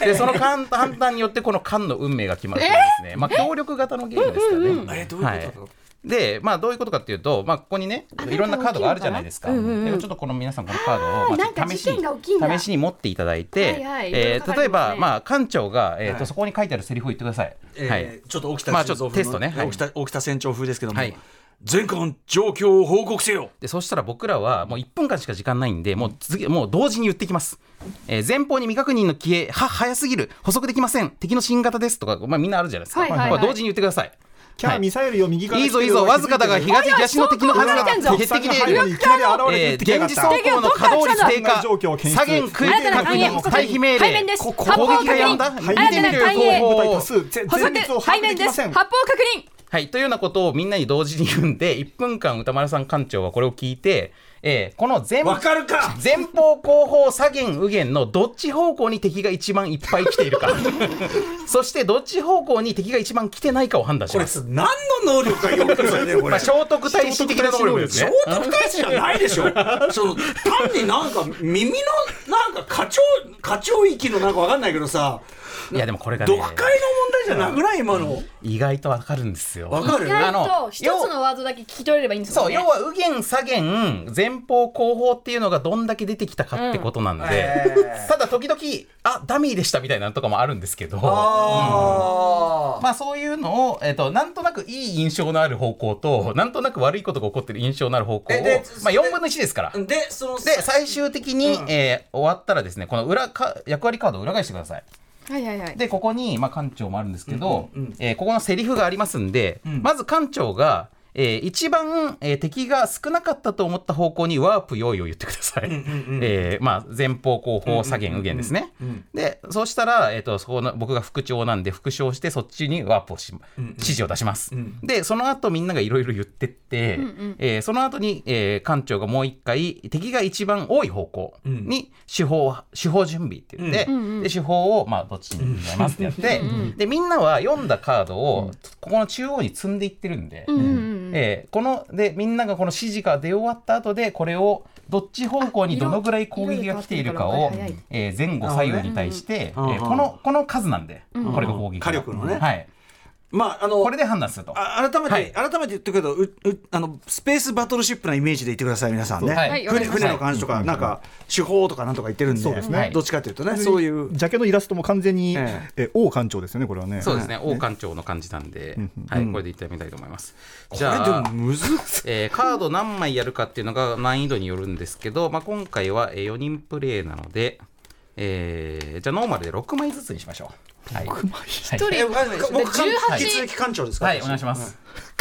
S3: でその艦 判断によってこの艦の運命が決まるというですね、まあ、協力型のゲームですからね。
S1: えどういうことだろう
S3: で、まあ、どういうことかっていうと、まあ、ここにねいろんなカードがあるじゃないですか、でちょっとこの皆さんこのカードを、ま
S5: なんか
S3: あ、試し
S5: 事件が起きんだ
S3: に試しに持っていただいて、
S5: はいはい
S3: え
S5: いろいろ書
S3: ー
S5: かれてますね
S3: 例えば、まあ、館長が、えーと
S1: はい
S3: そこに書いてあるセリフを言ってください。
S1: えー
S3: はい
S1: ちょっと沖田
S3: まあ
S1: 修
S3: ちょっ
S1: 造
S3: と
S1: 風
S3: テ
S1: の
S3: ス
S1: ね、
S3: トねはい
S1: 沖田沖田船長風ですけども、
S3: はい
S1: 前回状況を報告せよ
S3: でそしたら僕らはもう1分間しか時間ないんでもう次もう同時に言ってきます、えー前方に未確認の消えは早すぎる補足できません敵の新型ですとか、まあ、みんなあるじゃないですか、
S4: はいはいはい
S3: これ同時に言ってください
S6: キャー、ミサイルよ、右から
S3: いい
S6: 来て
S3: ぞ
S6: る
S3: いいぞわずかだが東東の敵のはずが
S6: うわ
S3: 敵
S6: 敵
S3: 敵
S6: の
S3: で
S6: 背後にいきなり現れ
S3: えー、
S6: てきやが
S3: 電磁
S6: った。
S3: 走行の稼働率低下、左舷空域確認、退避命
S2: 背面で
S3: 令、
S2: す
S3: こ
S2: 発砲
S3: 攻撃がやんだ、
S2: 確
S6: はい
S3: 見て
S2: 新た
S3: みる
S2: な
S3: 方
S6: 部隊
S3: 法
S6: 多数、ぜ
S2: 補
S6: 前
S2: 足
S6: 列を把
S2: 背
S6: 握で
S2: 面
S6: き
S2: で
S6: ますせん
S2: 発砲確認
S3: はい、というようなことをみんなに同時に言うんで、1分間歌丸さん館長はこれを聞いて、えーこの前
S1: わかるか
S3: 前方後方左舷右舷のどっち方向に敵が一番いっぱい来て いるかそしてどっち方向に敵が一番来てないかを判断し
S1: これ
S3: ます
S1: 何の能力かよくそれねこ
S3: ま
S1: れ
S3: あ、聖徳太子的な能力です
S1: 聖
S3: ね
S1: 徳太子じゃない でしょその単になんか耳のなんか課長課長域のなんかわかんないけどさ
S3: いやでもこれがね
S1: 読解の問題じゃなくない今の
S3: 意外とわかるんですよ
S1: わかる
S5: 意
S3: あ
S5: 外
S3: の
S5: と一つのワードだけ聞き取れればいいんです
S3: そ
S5: も
S3: うん
S5: ね
S3: 要は右舷左舷前方後方っていうのがどんだけ出てきたかってことなんで、ただ時々あダミーでしたみたいなのとかもあるんですけど
S1: あ
S3: まあそういうのを、えっとなんとなくいい印象のある方向となんとなく悪いことが起こってる印象のある方向を
S1: えで、
S3: まあ、4分の1ですから。
S1: ーでその
S3: で最終的に、えー終わったらですねこの裏か役割カードを裏返してください。
S4: はいはいはい
S3: でここに、まあ、館長もあるんですけど、えーここのセリフがありますんで、
S1: ん
S3: まず館長が、えー一番、えー敵が少なかったと思った方向にワープ用意を言ってください。えーまあ、前方後方左舷右舷ですね。でそうしたら、えー、とそこの僕が副長なんで副長してそっちにワープをし、指示を出します。でその後みんながいろいろ言ってって、えーその後に、えー館長がもう一回敵が一番多い方向に手法,、手法準備って言って、で手法を、まあ、どっちにやりますってやって、でみんなは読んだカードをここの中央に積んでいってるんで、えーこのでみんながこの指示が出終わった後でこれをどっち方向にどのぐらい攻撃が来ているか
S4: 色々変わ
S3: を
S4: ってるか、
S3: えー前後左右に対して、
S1: うんうん
S3: えーこのこの数なんで、これが攻撃
S1: 火力のね
S3: はい、
S1: まああの
S3: これで判断すると。
S1: あ改めて、
S3: はい
S1: 改めて言ってくけどううあのスペースバトルシップなイメージで言ってください皆さんね、
S3: はい
S1: 船
S3: はい
S1: 船の感じとか、
S3: はい
S1: なんか手法とかなんとか言ってるんで
S6: そうですね
S3: はい
S1: どっちかというとね、そういう
S6: ジャケのイラストも完全に、
S1: え
S6: え
S1: え
S6: ー王館長ですよね、これはね。
S3: そうですね、王館長の感じなんで、はい、これでいってみたいと思います。じゃ
S1: これ
S3: あ
S1: でも、むずっ
S3: えーカード何枚やるかっていうのが難易度によるんですけど、まあ、今回は4人プレイなので、えーじゃあノーマルで6枚ずつにしましょう。はい、6枚
S4: 一人
S1: えわかんないです僕
S4: 18
S1: 引き続き館長ですか
S3: はい、お願いします。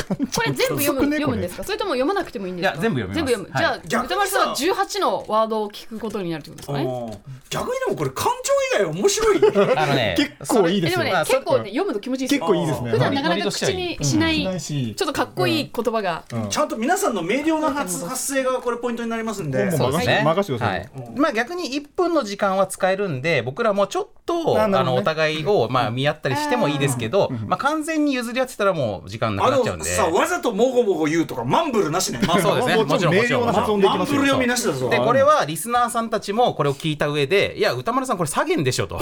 S4: これ全部読む読むんですかそれとも読まなくてもいいんですか
S3: いや全部読みます
S4: 全部読む、
S3: はい
S4: じゃあ
S1: 逆
S4: 歌
S1: に
S4: 丸
S1: さ
S4: さんは18のワードを聞くことになるってことですかね
S1: おー逆にでもこれ館長以外面 白い
S3: あのね、
S6: 結構いい
S4: え
S6: で
S4: ですも
S6: よ。
S4: ね
S3: まあ
S4: 結構ね読むと気持ちいいです
S6: 結構いいですね。
S4: 普段
S6: はい
S4: なかなか口にしない、
S6: ないし
S4: ちょっとかっこいい言葉が、
S1: ちゃんと皆さんの明瞭な発発声がこれポイントになりますんで
S6: もう任せ
S3: はい
S6: 任せてください
S3: はいまあ逆に1分の時間は使えるんで僕らもちょっと
S6: あ
S3: あ
S6: なるほど
S3: の
S6: ね
S3: お互いをまあ見合ったりしてもいいですけど、まあ、完全に譲り合ってたらもう時間な
S1: あ
S3: くなっちゃうん
S1: の
S3: で
S1: さわざともごもご言うとかマンブルなしね
S3: そうですね
S6: もちろん
S3: もちろん
S6: 明瞭な発音でいき
S1: マン
S6: ます
S1: ブ
S6: よ
S1: ル。読みなしだぞ
S3: でこれはリスナーさんたちもこれを聞いた上でいや歌丸さんこれ下げんでしょ と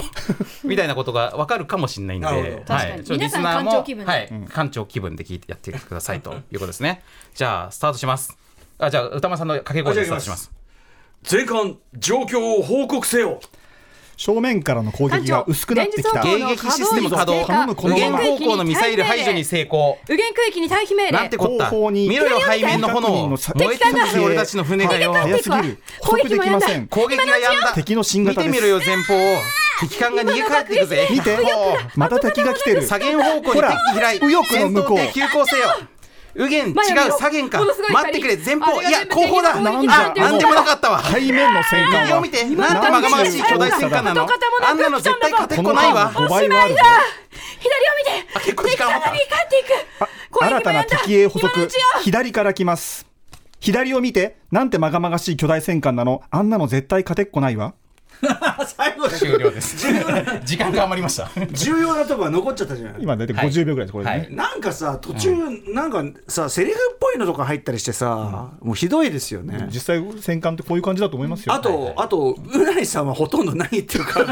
S3: みたいなことが分かるかもしれないんで、
S1: なるほど
S3: はい、
S4: 確かに
S3: ちょっと
S4: 皆
S3: リ
S4: さ
S3: ス
S4: ん
S3: ナーも
S4: 官庁気分で
S3: はい、官庁気分で聞いてやってくださいということですねじゃあスタートしますあじゃあ歌丸さんの掛け声でスタートします
S1: 前半状況を報告せよ
S6: 正面からの攻撃が薄くなってきた。
S4: 団
S3: 迎
S4: 長
S3: 撃システム稼働
S6: 頼むこ
S3: 無
S6: のま
S3: 限方
S6: ま
S3: 向のミサイル排除に成功
S4: 右舷区域に退避命
S3: なん
S4: 令
S3: てこった
S6: 後方に
S3: 見ろよ背面の炎燃えてますよ俺たちの船がよ
S6: 早すぎる。捕捉できません。
S3: 攻撃がやんだ
S6: 敵の新
S3: 見
S6: 型
S3: て
S6: で
S3: みろ
S6: す。
S3: よ前方を敵艦が逃げ帰っていくぜ
S6: 見て、また敵が来てる。
S3: 左舷方向に
S6: ほら
S3: 敵開い
S6: 右翼の向こう
S3: 戦闘機急行せよ右舷違う
S4: 前より
S3: 左舷か
S4: ものすごい
S3: 待ってくれ前方
S4: あ
S3: いや
S4: 全部
S3: 後方だあ
S4: 敵
S6: の攻撃
S3: な
S6: だ
S3: んでもなかったわ
S6: 背面の戦艦
S3: 右を見てなんてまがまがしい巨大戦艦なの
S4: 片方
S3: あんなの絶対勝てっ
S6: こ
S3: こ
S6: の
S3: ないわ
S6: 間5倍はあ
S4: 左を見
S6: る。
S4: て
S3: 結構時間余っ
S4: 光っていく攻撃
S6: 新
S4: も
S6: た
S4: や
S6: なん
S4: だ
S6: 敵へ補足
S4: 今のうちよ
S6: 左から来ます左を見てなんてまがまがしい巨大戦艦なのあんなの絶対勝てっこないわ
S1: 最後
S3: た終了です時間が余りま した
S1: 重要なとこが残っちゃったじゃない
S6: 今大体
S3: はい
S6: 50秒ぐらいですこれでね、
S3: はい
S1: なんかさ途中、なんかさセリフっぽいのとか入ったりしてさ、もうひどいですよね
S6: 実際戦艦ってこういう感じだと思いますよ
S1: あと、あとうなりさんはほとんど何言ってるか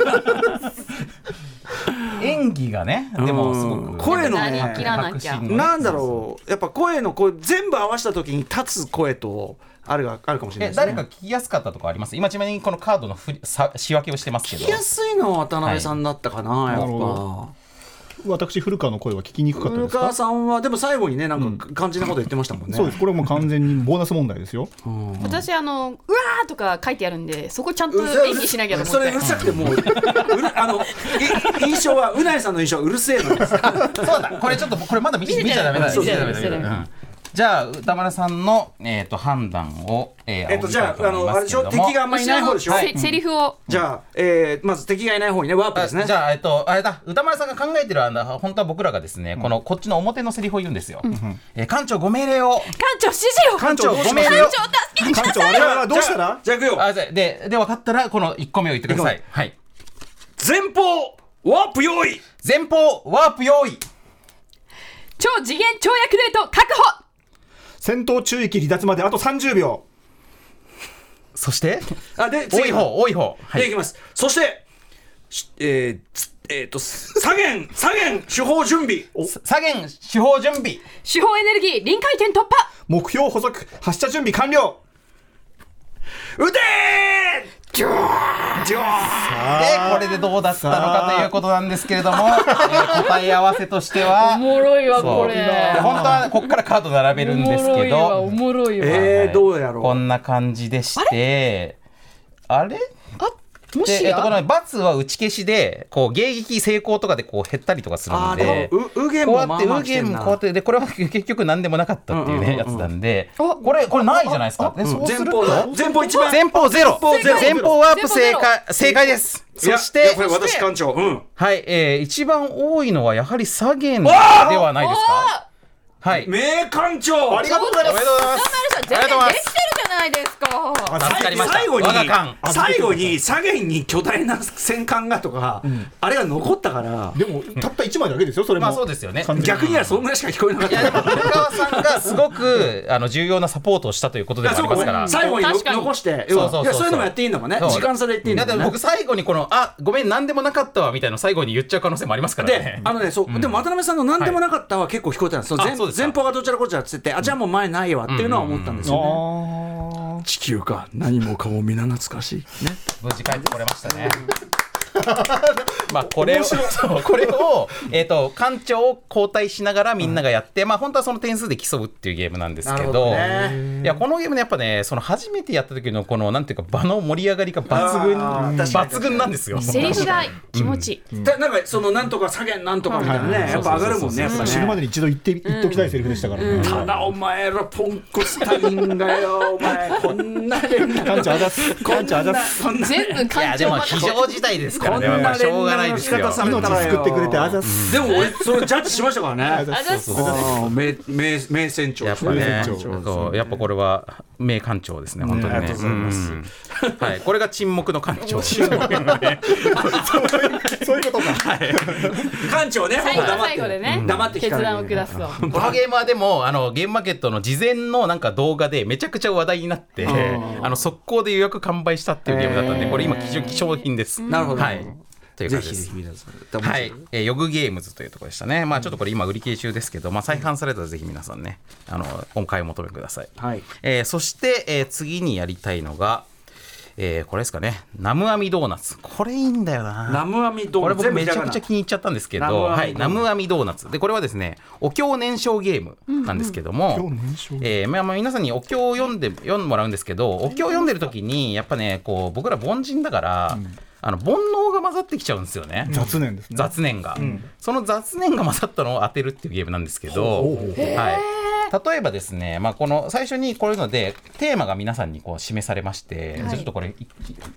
S3: 演技がねでもすご
S1: うん
S3: く
S1: 声の
S4: なりきらなきゃ
S3: 迫真のね
S1: なんだろうやっぱ声のこう全部合わせた時に立つ声とあるがあるかもしれない
S3: え
S1: ですね
S3: 誰か聞きやすかったとかあります今ちなみにこのカードのふりさ仕分けをしてますけど
S1: 聞きやすいのは渡辺さんだったかな、
S6: い
S1: や
S6: な
S1: っぱ
S6: るほ。私古川の声は聞きにくかったで
S1: 古
S6: すか
S1: 川さんはでも最後にねなんか肝心なこと言ってましたもんね。
S6: そうですこれはもう完全にボーナス問題ですよ
S4: 私あのうわーとか書いてあるんでそこちゃんと
S1: うざうざ
S4: 演技しなきゃと
S1: そ
S4: 思
S1: れ
S4: っ
S1: う
S4: て
S1: るさくてもううるあのい印象はうなえさんの印象はうるせえの です。
S3: そうだこれちょっとこれまだ見せ見ちゃダメだ
S1: そう
S3: 見ちゃダメだ
S4: 見ちゃダメだ
S3: うんじゃあ歌丸さんのえっと判断をえー
S1: えっと
S3: 仰
S1: じ
S3: ぎた
S1: ゃ
S3: いと
S1: ああ
S3: 思い
S1: の
S3: ま
S1: あれ
S3: す
S1: でし
S3: けれ
S1: ょ
S3: ど
S1: 敵
S3: も
S1: があんまりいない方でしょ。
S4: 後ろのせセリフを
S1: じゃあ、えーまず敵がいない方にねワープ
S3: あ
S1: ですね。
S3: じゃあ、えっと、あれだ、歌丸さんが考えてるあの本当は僕らがですね、この、こっちの表のセリフを言うんですよ。えー館長ご命令を。
S4: 館長指示を
S1: 館長
S3: ご命令を。
S6: 館長我々はどうしたら
S1: じゃあ行くよ。
S3: あ、じゃあで、で、分かったら、この1個目を言ってください。はい。
S1: 前方ワープ用意。
S3: 前方、ワープ用意。
S4: 超次元跳躍ルート確保
S6: 戦闘中域離脱まであと30秒
S3: そして、
S1: あで
S3: 多
S1: 次
S3: い方、多い方。は
S1: でい
S3: い。
S1: きます。そしてしえーつえーと左舷左舷手法準備。
S3: 左舷、手法準備。
S4: 手法エネルギー臨界点突破
S6: 目標補足発射準備完了
S1: 撃てージョージョー
S3: で、これでどうだったのかということなんですけれども、えー答え合わせとしては、
S5: おもろいわ
S3: そう
S5: これ
S3: で本当はここからカード並べるんです
S5: おもろ
S3: け
S5: いわ
S3: ど
S5: お、もろいわ
S1: えー、どうやろう
S3: こんな感じでして、あれ
S4: も
S3: で、えっと、こ
S4: や
S3: の罰は打ち消しで、こう、迎撃成功とかでこう減ったりとかする
S1: あー
S3: ん
S1: で
S3: で、こ
S1: もううげん
S3: う
S1: も
S3: や
S1: ま
S3: っ
S1: あ
S3: て、
S1: まあ
S3: う
S1: 来て
S3: げ
S1: ん
S3: ん
S1: な
S3: こうやって、で、これは結局何でもなかったっていうね、やつなんで、
S4: お
S3: これ、これないじゃないですか。でそう
S1: 前
S3: する
S1: 方だ
S3: と、
S1: 前方一番
S3: 前方ゼロ
S1: 前方ゼロ
S3: 前方ワープ正
S4: 前方
S3: 解正解です
S1: いや
S3: そし
S1: い
S3: て
S1: やこれ私館長うん
S3: はい、えー、一番多いのはやはり左舷ではないですかはい
S1: 名館長ありがとうござい
S3: おめでとうございます
S4: 全
S3: ありがとうござ
S4: 然で
S3: いま
S4: き
S3: す
S4: てるじゃないですか
S3: 助かりました
S1: 最後に
S3: 我が艦
S1: 最後に左舷に巨大な戦艦がとか、あれが残ったから
S6: でもたった1枚だけですよそれも
S3: まあそうですよね
S6: 完全に
S1: 逆にはそんぐらいしか聞こえなかっ
S3: いやで
S1: た
S3: も古川さんがすごくあの重要なサポートをしたということでもありますから。
S1: 最後にの
S4: 確かに
S1: 残して
S3: そうそうそうそう
S1: いやそういうのもやっていいのかね
S3: そう
S1: 時間差で言っていいの
S3: や
S1: か
S3: でも
S1: ね
S3: 僕最後にこの「あごめん何でもなかったわ」みたいなの最後に言っちゃう可能性もありますから
S1: で
S3: ね。
S1: あのねそう、でも渡辺さんの何でもなかったは結構聞こえたんです、その前
S3: あそうですか
S1: 前方がどちらこちらっつっててあじゃあもう前ないわっていうのは思ったんですよね、
S6: あ
S1: 地球か何もかも皆懐かしい、ね、
S3: 無事帰ってこれましたね。まあこれをそうこれを、えー、と館長を交代しながらみんながやって、まあ本当はその点数で競うっていうゲームなんですけど
S1: なるほどね
S3: いやこのゲームねやっぱねその初めてやった時のこのなんていうか場の盛り上がりが抜群
S1: あー確かに
S3: 抜群なんですよ。
S4: セリフが気持ちいい、
S1: だなんかそのなんとか左舷なんとかみたいなね、
S3: い
S1: やっぱ上がるもんねやっぱ
S6: あ死ぬまで
S1: ね
S6: に一度言って言っておきたいセリフでしたからね、
S1: ただお前らポンコツ隊員が よお前こんな連絡
S6: 館長あざす
S1: こん
S6: 館長あざ
S1: な
S6: す
S1: こんない
S5: 全部
S3: いや
S5: 感
S3: で
S5: 情
S3: も
S5: まで
S3: 非常事態ですか
S1: こ
S3: ら
S1: ん
S3: ね、
S1: な
S3: まあ、
S1: 連
S3: しょうがな
S1: 絡
S3: い
S1: の
S3: で
S1: 仕
S3: すよ
S1: 方。された
S6: 命
S1: らよ
S6: 救ってくれてあざす
S1: でも俺それジャッジしましたから
S6: あ
S1: ね
S6: ざす
S1: あー名名名船長
S3: やっぱね
S6: そうですね、
S3: そうやっぱこれは名館長ですね、本当に
S1: あ
S3: ね。
S1: りがとうございます
S3: うんはい、これが沈黙の館長。
S6: そういうことか
S1: 館長ね
S4: 最後の
S1: 黙って
S4: 最後でね、
S1: 黙って聞
S5: 決
S1: かない
S5: 断を下すわ
S3: このゲームはでもあのゲームマーケットの事前のなんか動画でめちゃくちゃ話題になってあの速攻で予約完売したっていうゲームだったんでこれ今貴重貴重品です。
S1: なるほど
S3: はいという
S1: ぜ
S3: 感じで
S1: ひぜ
S3: す
S1: ひ。皆さん
S3: は
S1: はい
S3: い、えーヨグゲームズというところでしたね。まあちょっとこれ今売り切れ中ですけど、まあ再販されたらぜひ皆さんね、あのお買い求めください。
S1: はい
S3: えーそして、えー次にやりたいのが、えーこれですかねナムアミドーナツこれいいんだよな
S1: ナムアミド
S3: これ
S1: ー
S3: 僕
S1: 全部
S3: め
S1: ひ
S3: ち
S1: ら
S3: ゃ
S1: がな
S3: くちゃ気に入っちゃったんですけ
S1: ナムア
S3: ど、
S1: ミドーナツ
S3: はい、ナムアミドーナツでこれはですねお経燃焼ゲームなんですけども、
S6: 今日年少
S3: えーまあ、まあ皆さんにお経を読んで読んでもらうんですけどお経を読んでる時にやっぱねこう僕ら凡人だから、あの煩悩が混ざってきちゃうんですよね。
S6: 雑念ですね。
S3: 雑念が、その雑念が混ざったのを当てるっていうゲームなんですけど、はい、例えばですね、まあ、この最初にこういうのでテーマが皆さんにこう示されまして、じゃあちょっとこれ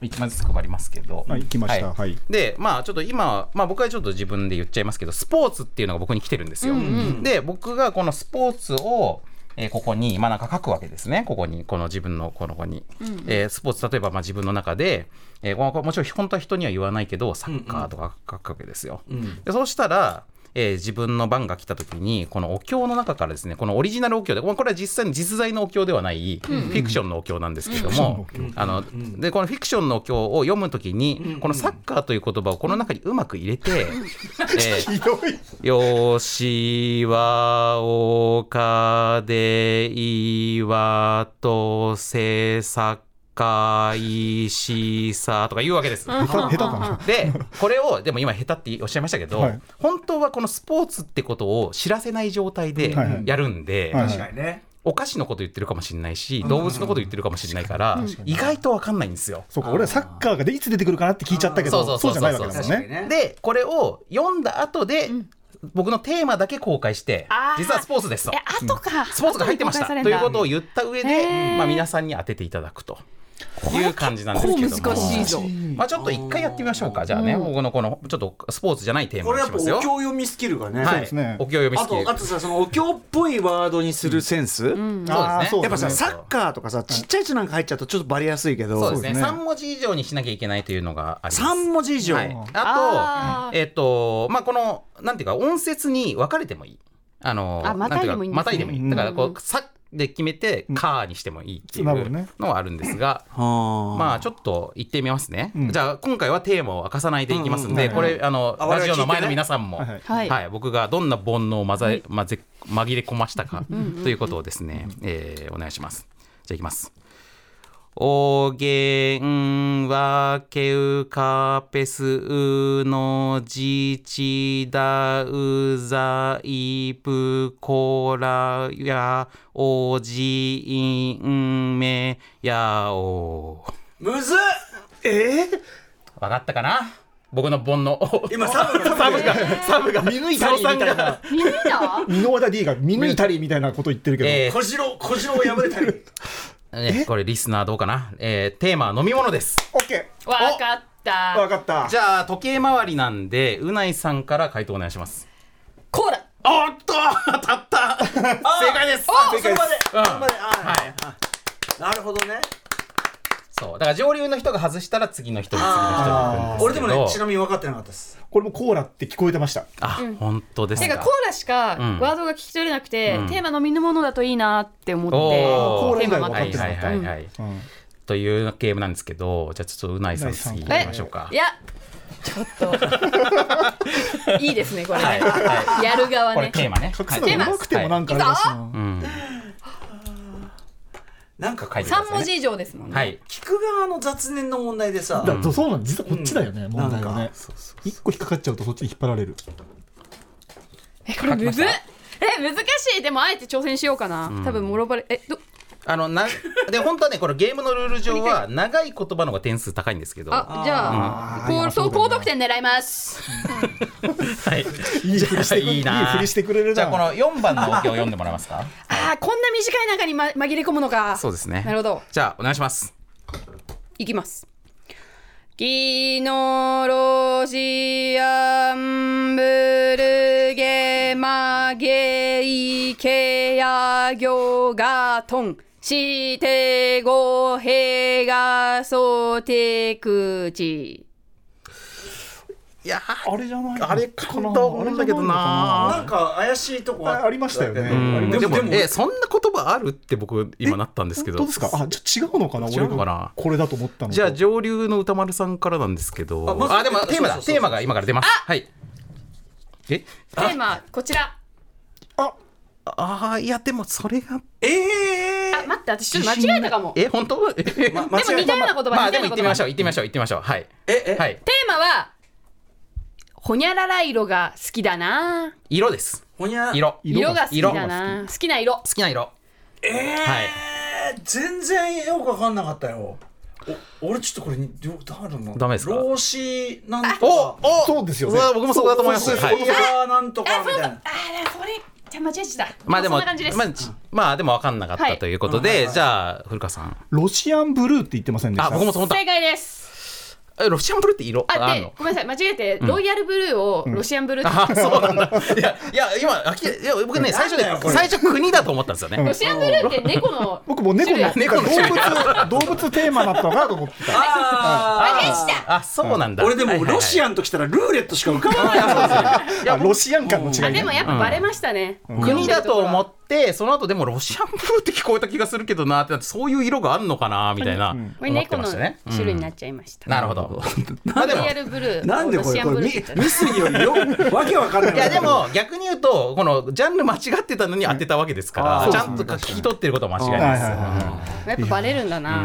S3: 1枚ずつ配りますけど、
S6: はい来ましたはい
S3: でまあちょっと今、まあ、僕はちょっと自分で言っちゃいますけどスポーツっていうのが僕に来てるんですよ、で僕がこのスポーツをえーここに、まあ、なんか書くわけですね。ここに、この自分の、この子に。えースポーツ、例えば、まあ、自分の中で、えーここもちろん、本当は人には言わないけど、サッカーとか書くわけですよ。でそうしたら、えー自分の番が来た時にこのお経の中からですねこのオリジナルお経でまあこれは実際に実在のお経ではないフィクションのお経なんですけども、あのでこのフィクションのお経を読む時にこのサッカーという言葉をこの中にうまく入れて、えー
S6: ひどい。
S3: 吉は丘で岩とせさかいしさとか言うわけです。
S6: 下手下手かな。
S3: でこれをでも今下手っておっしゃいましたけど、
S6: はい
S3: 本当はこのスポーツってことを知らせない状態で
S6: はいはい
S3: やるんで、
S6: はい
S1: 確かにね
S3: お菓子のこと言ってるかもしれないし動物のこと言ってるかもしれないから意外と分かんないんですよ。
S6: そうか、俺はサッカーがでいつ出てくるかなって聞いちゃったけ
S3: あーそ
S6: ど、
S3: うそ
S6: そう
S3: う
S6: じ
S3: そ
S6: ゃ
S3: う
S6: な
S3: そう
S6: いわけだもん
S1: 確かに
S6: ね。
S1: ね
S3: でこれを読んだ後で、僕のテーマだけ公開して
S4: あー
S3: 実はスポーツですと
S4: え。あとか、
S3: スポーツが入ってました
S4: 後
S3: と
S4: に
S3: いうこ
S4: 公
S3: とを言った上で、まあ、皆さんに当てていただくという感じなんですけ
S4: 開
S3: ど
S4: され
S3: も
S4: るんだ。結構難しいぞ。
S3: まあ、ちょっと一回やってみましょうかじゃあね、僕のこのちょっとスポーツじゃないテー
S1: こ
S3: マ
S1: れ
S3: に
S1: やっ
S3: し
S1: ぱ
S3: ま
S1: お
S3: す
S1: 経
S3: よ。
S1: 読みスキルがね、
S3: は
S6: う
S3: い
S6: ですね
S3: お経読み
S1: あ
S3: スキ
S1: と
S3: ル
S1: あとさそのお経っぽいワードにするセンス、
S6: あー
S3: そうですね
S1: やっぱさ、
S3: そうですね
S1: サッカーとかさちっちゃい字なんか入っちゃうとちょっとバレやすいけど
S3: そうですね
S6: そうですね
S3: 3文字以上にしなきゃいけないというのがあります。
S1: 3文字以上、
S3: はい、あとえっ、とまあこのなんていうか音節に分かれてもいい。あの
S4: あまたいでもいいんですね
S3: なんてうかまたいでもいい。だからこうさで決めてカーにしてもいいってい
S6: なるほど
S3: う
S6: ね
S3: のはあるんですが。
S1: はあ
S3: まあちょっと行ってみますね、
S6: うん
S3: じゃあ今回はテーマを明かさないでいきますんで、
S6: うんうん
S3: これあの
S1: あ
S3: ラジオの前の皆さんも、
S6: 我々聞い
S4: てねはい
S3: 僕がどんな煩悩を混ぜ混ぜ紛れ込ましたかということをですね、えーお願いしますじゃあいきますおげんわけうかぺすうのじちだうざいぷこらやおじいんめやお
S1: むずっえー、
S3: わかったかな僕の 煩悩
S1: 今サブサブが
S3: サブが見抜いたりみたいな
S4: 見た
S6: ミノワダ D が見抜いたりみたいなこと言ってるけど。
S3: え
S1: 小次郎小次郎を破れたり
S3: ーねこれリスナーどうかな、えーテーマは飲み物です
S6: オッケ
S4: わかっ
S6: ー。
S4: た。
S6: わかった。
S3: じゃあ時計回りなんでうないさんから回答お願いします
S5: コーラ
S3: おっと当たった正解です
S1: そこまで、
S3: うん
S1: そこまであー
S3: はい
S1: なるほどね
S3: そうだから上流の人が外したら次の人に次の人に行くんですけど
S1: 俺でもねちなみに分かってなかったです
S6: これもコーラって聞こえてました。
S3: あ、本当です
S4: て
S3: か
S4: かコーラしか
S3: うん
S4: ワードが聞き取れなくて、
S3: うん
S4: テーマのみのものだといいなって思って、
S3: お
S6: ー
S4: テーマま
S3: は
S4: た
S3: いはいはいはい、
S6: うん
S3: というゲームなんですけどじゃあちょっとうないさん次行きましょうか
S4: いや ちょっといいですねこれ、
S3: はいは
S4: やる側
S3: いこれ
S4: ね
S3: テーマね
S6: 隠すのうまくてもなんかあれだしな。
S3: うん
S1: なんか
S3: 書いてください
S5: 3文字以上ですもん
S3: ね
S5: ね、
S3: はい
S1: 聞く側の雑念の問題でさ、
S6: だからそうなん実はこっちだよね、問題は
S1: なん
S6: ね
S1: か
S6: 一個引っかかっちゃうとそっちに引っ張られる
S4: えこれむずっえ難しいでもあえて挑戦しようかな、多分もろばれえど
S3: あのなで本当はねこれゲームのルール上は長い言葉の方が点数高いんですけどは
S4: あじゃあ
S6: あー
S4: こう
S6: そ
S4: そうう
S6: だね
S4: 高得点狙います
S3: い
S6: いいふりしてく
S3: いいない
S6: ふりしてくれるな
S3: じゃあこの4番のお経を読んでもらえますか
S4: あーこんな短い中に、ま、紛れ込むのか
S3: そうですね
S4: なるほど
S3: じゃあお願いします
S4: いきます。ギノロシアンブルゲマゲイケヤギョガトンシテゴヘガソテクチ。
S3: いや
S6: あれじゃない
S3: あれかなと思うんだけどな
S1: なんか怪しいとこ
S6: あありましたよね
S1: だけど
S6: うん
S1: で
S3: で
S1: も
S3: も
S1: でも
S3: えそんな言葉あるって僕今なったんですけど
S6: どうですかあじゃあ違うのかな
S3: 違うのかな
S6: 俺がこれだと思ったのと
S3: じゃあ上流の歌丸さんからなんですけど
S1: あまず
S3: あでもテーマ
S1: そうそうそ
S3: だ
S1: うそう
S3: テーマが今から出ますはいえ
S4: テーマこちら。
S6: あ
S3: ああいやでもそれが
S1: ええ
S4: あ
S5: 待って私ちょっと間違えたかも
S3: え、本当？ え
S1: ま
S5: でも似たような言葉
S3: まあでも行っ
S5: 似たような
S3: て
S5: 言
S3: み
S5: 葉
S3: ましょう。行ってみましょう。行ってみましょう。はい。
S1: ええ
S3: はい。
S5: テーマはほにゃらら色が好きだな
S3: 色です。
S1: ほにゃ
S3: 色。
S5: 色が好き
S3: 色
S5: だな好きな色
S3: 好きな色。
S1: えー
S3: はい
S1: 全然よく分かんなかったよお俺ちょっとこれにどうだろうな
S3: ダメですか
S1: 老子なん
S3: お
S1: とか
S3: お。
S6: そうですよね
S3: うわ僕もそこだと思います。
S1: そう
S3: はい
S1: そう。そうなんとかみたいな
S5: あーそれじゃあ間違えちゃった
S3: まあでも
S5: そんな感じです
S3: まあちまあでも分かんなかっ
S5: は
S3: た
S5: い
S3: ということ
S1: うんはい
S3: で
S1: はい
S3: じゃあ古川さん。
S6: ロシアンブルーって言ってませんでし
S3: あ
S6: た
S3: 僕もそう思った
S5: 正解です。
S3: えロシアンブルーって色
S5: あ
S3: あん
S5: で
S3: の。
S5: ごめんなさい間違えてロイヤルブルーをロシアンブル ーって
S3: あそうなんだ。いやいや今あきいや僕ね最初ね
S1: なんだよこれ
S3: 最初国だと思ったんですよね。
S5: ロシアンブルーって猫の
S6: 僕も猫の
S5: 種
S3: 猫の種類
S6: 動物動物テーマだったのかなと思ってた
S1: あー
S3: あそうなんだ。
S1: 俺でもロシ
S3: ア
S1: アンときたらルーレットしか浮かばない
S6: あロシアン感の違い、
S5: あ
S6: ね
S5: でもやっぱバレましたね。
S3: 国だと思ってその後でもロシアンブルーって聞こえた気がするけどなってなってそういう色があるのかなみたいな
S5: これ
S3: 思って
S5: 猫
S3: ま
S5: の
S3: したね。うん
S5: 種類になっちゃいました。
S3: なるほど。まあで
S5: ロ
S3: も
S5: イヤルブルー。
S1: なんで
S5: ロ
S1: こ
S5: シ
S1: れ
S5: アン
S1: こ
S5: ブ
S1: れ
S5: ル
S1: ミ
S5: ーって言
S1: ミ
S5: っ
S1: スによりよわけわかんない
S3: いやでも逆に言うとこのジャンル間違ってたのに当てたわけですから、
S1: うん
S3: ちゃんと聞き取ってることは間違いないです
S6: はいはいはい
S3: うん
S5: たやっぱバレるんだな。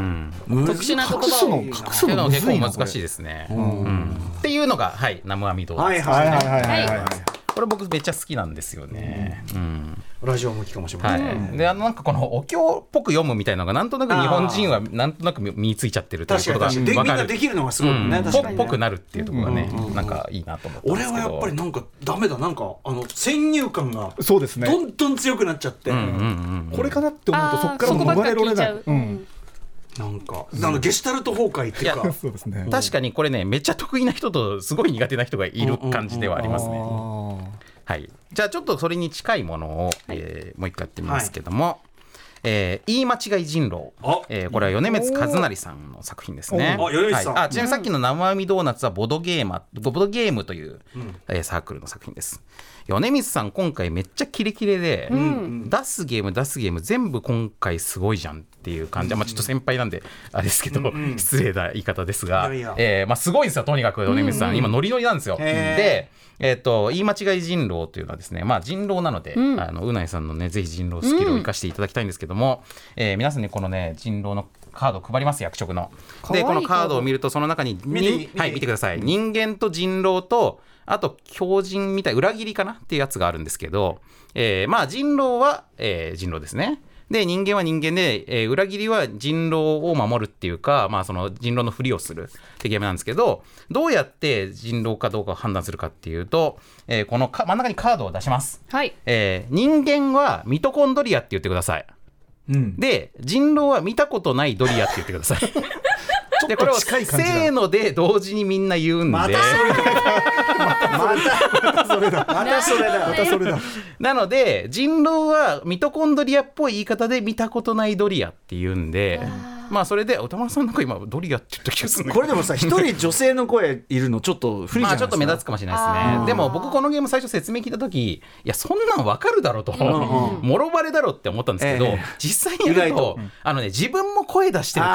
S1: 特
S5: 殊な言
S6: 隠す
S5: 葉
S6: の
S5: を
S6: 隠
S3: って
S6: す
S3: いうの
S6: の
S3: が
S6: む
S3: 結
S6: ずいな
S3: 構難しい
S6: い
S3: ですね。うんっていうのがはい「ナムアミド
S1: はい
S3: ー
S1: は
S6: はいい
S1: は
S6: はいい
S1: は
S6: はいいはい、
S5: は
S6: はい
S3: これ僕めっちゃ好きなんですよね。うん
S1: ラジオ向きかもしれ
S3: は
S1: ないい
S3: であのなんかこのお経っぽく読むみたいなのがなんとなく日本人はなんとなく身についちゃってるという
S1: 確
S3: こ
S1: か
S3: と
S1: に確かにで
S3: が
S1: みん
S3: 分か
S1: な
S3: る
S1: で。きるのがす
S3: う
S1: ごい
S3: ん
S1: ね
S3: ぽ
S1: 確かに
S3: ぽく
S1: ね
S3: なるっていうところがね
S1: うん
S3: なんかいいなと思って
S1: 俺はやっぱりなんかダメだなんかあの先入観が
S6: そうですね
S1: どんどん強くなっちゃって
S3: うんうんうん
S6: これかなって思うとそこ
S5: あー
S6: からも逃れられない
S5: そこばっか聞いちゃう
S6: うん、
S1: なんかあのゲシュタルト崩壊っていうか
S6: そうですね
S3: 確かにこれねめっちゃ得意な人とすごい苦手な人がいる感じではありますね。はい、じゃあちょっとそれに近いものを、えーもう一回やってみますけども、えー言い間違い人狼
S1: あ、
S3: えーこれは米光和成さんの作品ですね。
S1: おーあ米光さん
S3: はいあちなみにさっきの生網ドーナツはボドゲーマボドゲームという、えーサークルの作品です。米光さん今回めっちゃキレキレで、出すゲーム出すゲーム全部今回すごいじゃんっていう感じで、まあ、ちょっと先輩なんであれですけど、失礼な言い方ですが
S1: いやいや
S3: えーまあ、すごいんですよとにかく米光さん、今ノリノリなんですよ。
S1: へー
S3: でえー、と言い間違い人狼というのはですね、まあ、人狼なので、あのうないさんのねぜひ人狼スキルを生かしていただきたいんですけども、えー皆さんにこのね人狼のカードを配ります役職の。でこのカードを見るとその中に
S1: 見て
S3: に
S1: 見て
S3: はい見てください人間と人狼とあと狂人みたい裏切りかなっていうやつがあるんですけど、えーまあ人狼は、えー人狼ですね。で人間は人間で、えー裏切りは人狼を守るっていうか、まあ、その人狼のふりをするってゲームなんですけどどうやって人狼かどうかを判断するかっていうと、えーこのか真ん中にカードを出します、
S5: たはい。
S3: えー人間はミトコンドリアって言ってください
S1: うん
S3: で人狼は見たことないドリアって言ってくださいでこれをせ
S6: 近い感じだ
S3: ーので同時にみんな言うんで、
S1: またそれだまたそれだ またそれだ
S6: またそれだ
S3: なので人狼はミトコンドリアっぽい言い方で見たことないドリアって言うんでまあそれで歌丸さんなんか今ドリアって言った気がするんだ
S1: こ
S3: けど
S1: れでもさ一人女性の声いるのちょっと不利じゃ
S3: ま
S1: な
S3: あ
S1: い
S3: ち
S1: です
S3: ょっ
S1: か
S3: と目立つかもしれないですねでも僕このゲーム最初説明聞いた時いやそんなんわかるだろうともろバレだろうって思ったんですけど、
S1: ええ
S3: 実際にや
S1: 意
S3: る
S1: 外と
S3: とあのね自分も声出してる
S1: あ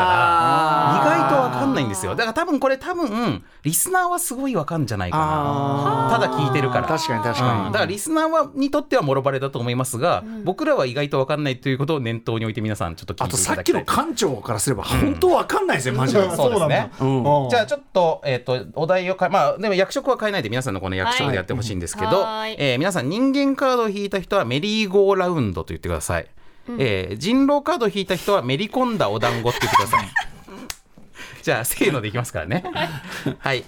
S3: から
S1: ー
S3: 意外とわかんないんですよだから多分これ多分リスナーはすごいわかんじゃないか
S1: あ
S3: なただ聞いてるから
S1: 確かに確かに
S3: うんだからリスナーはにとってはもろバレだと思いますが、僕らは意外とわかんないということを念頭に置いて皆さんちょっと聞
S1: あ
S3: いて
S1: と
S3: い
S1: さ
S3: た
S1: っ
S3: だ
S1: き
S3: きた
S1: の
S3: いと
S1: 館長からすれば本当わかんないですよマジで
S6: うん
S3: そうですね
S1: うん
S6: うん
S3: じゃあちょっと,、えー、とお題を変えまあでも役職は変えないで皆さんのこの役職でやってほしいんですけど、
S5: はい
S3: えー皆さん人間カードを引いた人はメリーゴーラウンドと言ってください、えー人狼カードを引いた人はめり込んだお団子って言ってくださいじゃあせーのでいきますからねはい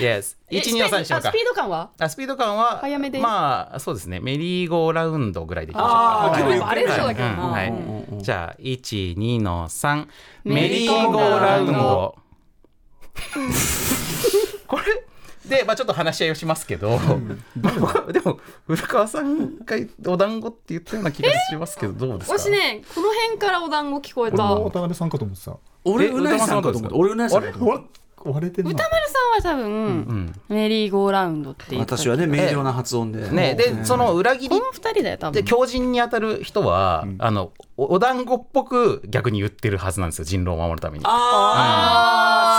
S3: イエス
S5: え
S3: 1 2 3 4
S5: あス
S3: か
S5: ピード感は？
S3: あスピード感は
S5: 早めで
S3: まあそうですねメリーゴーラウンドぐらいでいきましょう
S1: あ
S3: か
S1: ー
S3: は
S1: 結
S3: い
S1: 構ゆっ
S5: バ
S1: く
S5: レ
S1: り
S5: る
S1: だ
S5: 人だ
S1: ね
S5: けどな。
S3: はい、じゃあ12の3メ
S5: メ
S3: リ
S5: リ
S3: ー
S5: ー
S3: ゴ
S5: ゴ
S3: ー
S5: ー
S3: ラ
S5: ラ
S3: ウ
S5: ウ
S3: ン
S5: ン
S3: ド
S5: ド
S3: これで、まあ、ちょっと話し合いをしますけど、まあ僕はでも古川さんがお団子って言ったような気がしますけどどうですか
S5: 私ねこの辺からお団子聞こえ
S6: これ
S5: た
S6: も。渡辺さんかと思ってた
S1: 俺
S3: え
S1: うないさんかと思った俺うないさんかと思っ
S6: 俺追われてんの
S5: 歌丸さんは多分、
S3: うん
S5: メリーゴーラウンドって言った
S1: 私はね明瞭な発音で、
S3: ね、でその裏切
S5: こ
S3: り
S5: の二人だよ多
S3: で
S5: 分
S3: 狂人に当たる人は、あのおお団子っぽく逆に言ってるはずなんですよ人狼を守るために。
S1: あ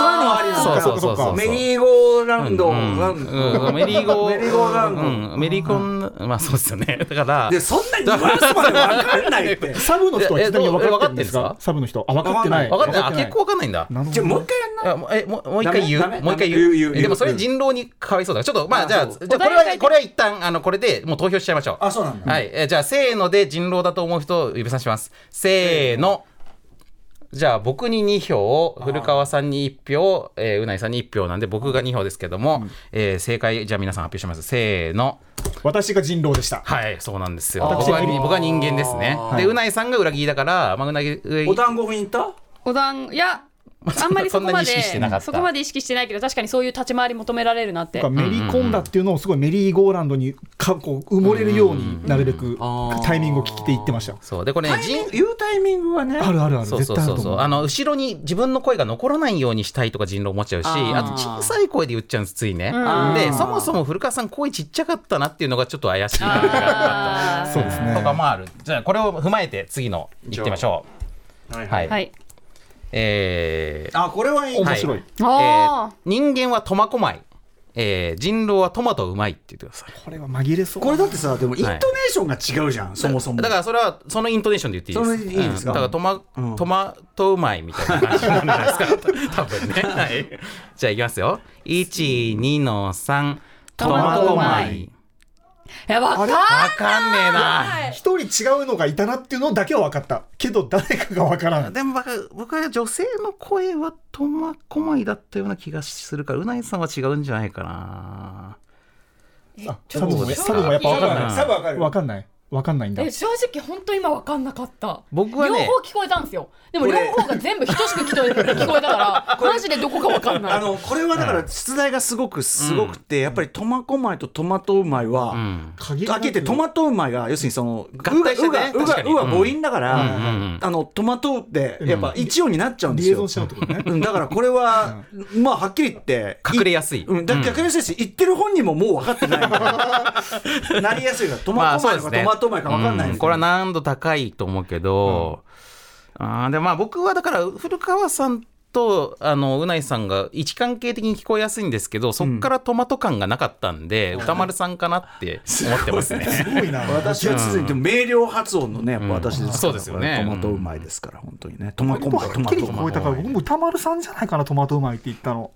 S1: あ、そういうのはありなん
S3: そう
S1: だ
S3: そうそうそう
S1: メリーゴーラウンド、
S3: うん
S1: な
S3: うんうんメリー ゴ
S1: メリーゴーラウンド、
S3: うんメリーコン、まあそうですよね。だから、
S1: でそんなにニュアンスまでわかんないって
S6: サブの人は
S3: え
S6: ちなみに分か
S3: えどうえ分
S6: ってるんです
S3: かってんで
S6: か
S3: すか
S6: サブの人あ分かってない
S3: 分かんない。あ、結構分かんないんだ。
S6: なるほど
S1: じゃあもう一回やんな
S3: あもうえもうもう一回言
S1: ダメダ
S3: う、
S1: メ
S3: もう一回
S1: ダ
S3: 言
S1: メ言う言う
S3: う。
S1: 言う
S3: でもそれ人狼にかわいそうだから、ちょっと、ま
S1: あ
S3: あじゃあ、じ
S1: そ
S3: ゃあこれは、これは一旦、あの、これでもう投票しちゃいましょう。
S1: あそうなんだ、
S3: はい。えじゃあ、せーので人狼だと思う人を指さします。せーの。じゃあ、僕に2票、古川さんに1票、えーうないさんに1票なんで、僕が2票ですけども、えー正解、じゃあ皆さん発表します。せーの。
S6: 私が人狼でした
S3: はい、そうなんですよ。
S6: あー
S3: 僕はに僕は人間ですね。
S6: い
S3: で、うないさんが裏切りだから、まあ、うなぎ、う
S1: お団子に行った
S5: お団いやあんまりそ
S3: そ
S5: こ
S3: んな
S5: ま
S3: に意識してなかっ
S5: で
S3: た
S5: そこまで意識してないけど確かにそういう立ち回り求められるなって
S6: なんかメリコンダっていうのをすごいメリーゴーランドにかこう埋もれるようになるべく
S1: あー
S6: タイミングを聞いていってました
S3: そう。で、これね、人
S1: 言うタイミングはね
S6: あるあるある
S3: そうそ
S6: 絶
S3: う
S6: 対あ
S3: そ
S6: る
S3: う
S6: と
S3: そう
S6: 思
S3: あ
S6: う
S3: の後ろに自分の声が残らないようにしたいとか人狼思っちゃうしあ
S1: ー
S3: と小さい声で言っちゃうんですついね
S1: ん
S3: でそもそも古川さん声ちっちゃかったなっていうのがちょっと怪しい感じがあっ
S5: あ
S6: そうです
S3: たとか
S6: ね
S3: もあるじゃあこれを踏まえて次のいってみましょ
S1: はいう
S3: はい、
S5: ーはい
S3: えー
S1: あこれはいい
S6: 面白い
S3: はえ
S5: あ
S3: ー人間は苫小牧えー人狼はトマトうまいって言ってください
S6: これは紛れそう
S1: これだってさでもイントネーションが違うじゃん、そもそも
S3: だからそれはそのイントネーションで言っていいです
S1: それでいいですか
S3: うんだからトマ,、
S1: うん
S3: トマトうまいみたいな感じなんじゃないですか多分 ね、はい、じゃあいきますよ12の3トマトうまい
S5: いやわかんない
S3: わかんねえな
S6: 一人違うのがいたなっていうのだけは分かったけど誰かが分からん
S3: でも僕僕は女性の声はトマコマイだったような気がするからうないさんは違うんじゃないかな
S6: あサブ
S3: そう
S6: も
S3: ですか
S6: サブもやっぱ分からない
S1: サブわかる
S6: 分かんない分かんないんだ
S5: え正直本当今わかんなかった
S3: 僕はね
S5: 両方聞こえたんですよでも
S1: こ
S5: 両
S1: れ
S5: 方が全部等しく聞こえ聞こえ たからマジでどこかわかんない
S1: あのこれはだから出題がすごくすごくて、やっぱりトマコマイとトマトうまいは、
S3: うん
S6: 鍵
S1: かけてトマトうまいが要するにそのうがう
S3: 合体してね
S1: がう
S3: 確
S1: が
S3: かに
S1: うが母音だから、
S3: うんうんうん
S1: あのトマトってやっぱ一音になっちゃうんで
S6: リ
S1: す
S6: エ
S1: よ、
S6: ゾンしちゃうってことね
S1: うん、だからこれは、まあはっきり言って
S3: 隠れやすい
S1: うん、だって隠れやすいし、言ってる本人ももう分かってない からなりやすいからトマト前かトマト前か分かんないですよ
S3: うこれは難度高いと思うけど、あーでまあ僕はだから古川さんとあのうないさんが位置関係的に聞こえやすいんですけどそっからトマト感がなかったんで、歌丸さんかなって思っ て ますね。
S6: すごいな
S1: 私は続いても明瞭発音のねやっぱ私ですから、
S3: うんそうですよね
S1: トマトうまいですから本当にねトマコ
S6: もう
S1: マ
S6: は
S1: ト
S6: っ
S1: マ
S6: き
S1: ト
S6: り
S1: う
S6: 聞
S1: まい
S6: こえたから僕も歌丸さんじゃないかなトマトうまいって言ったの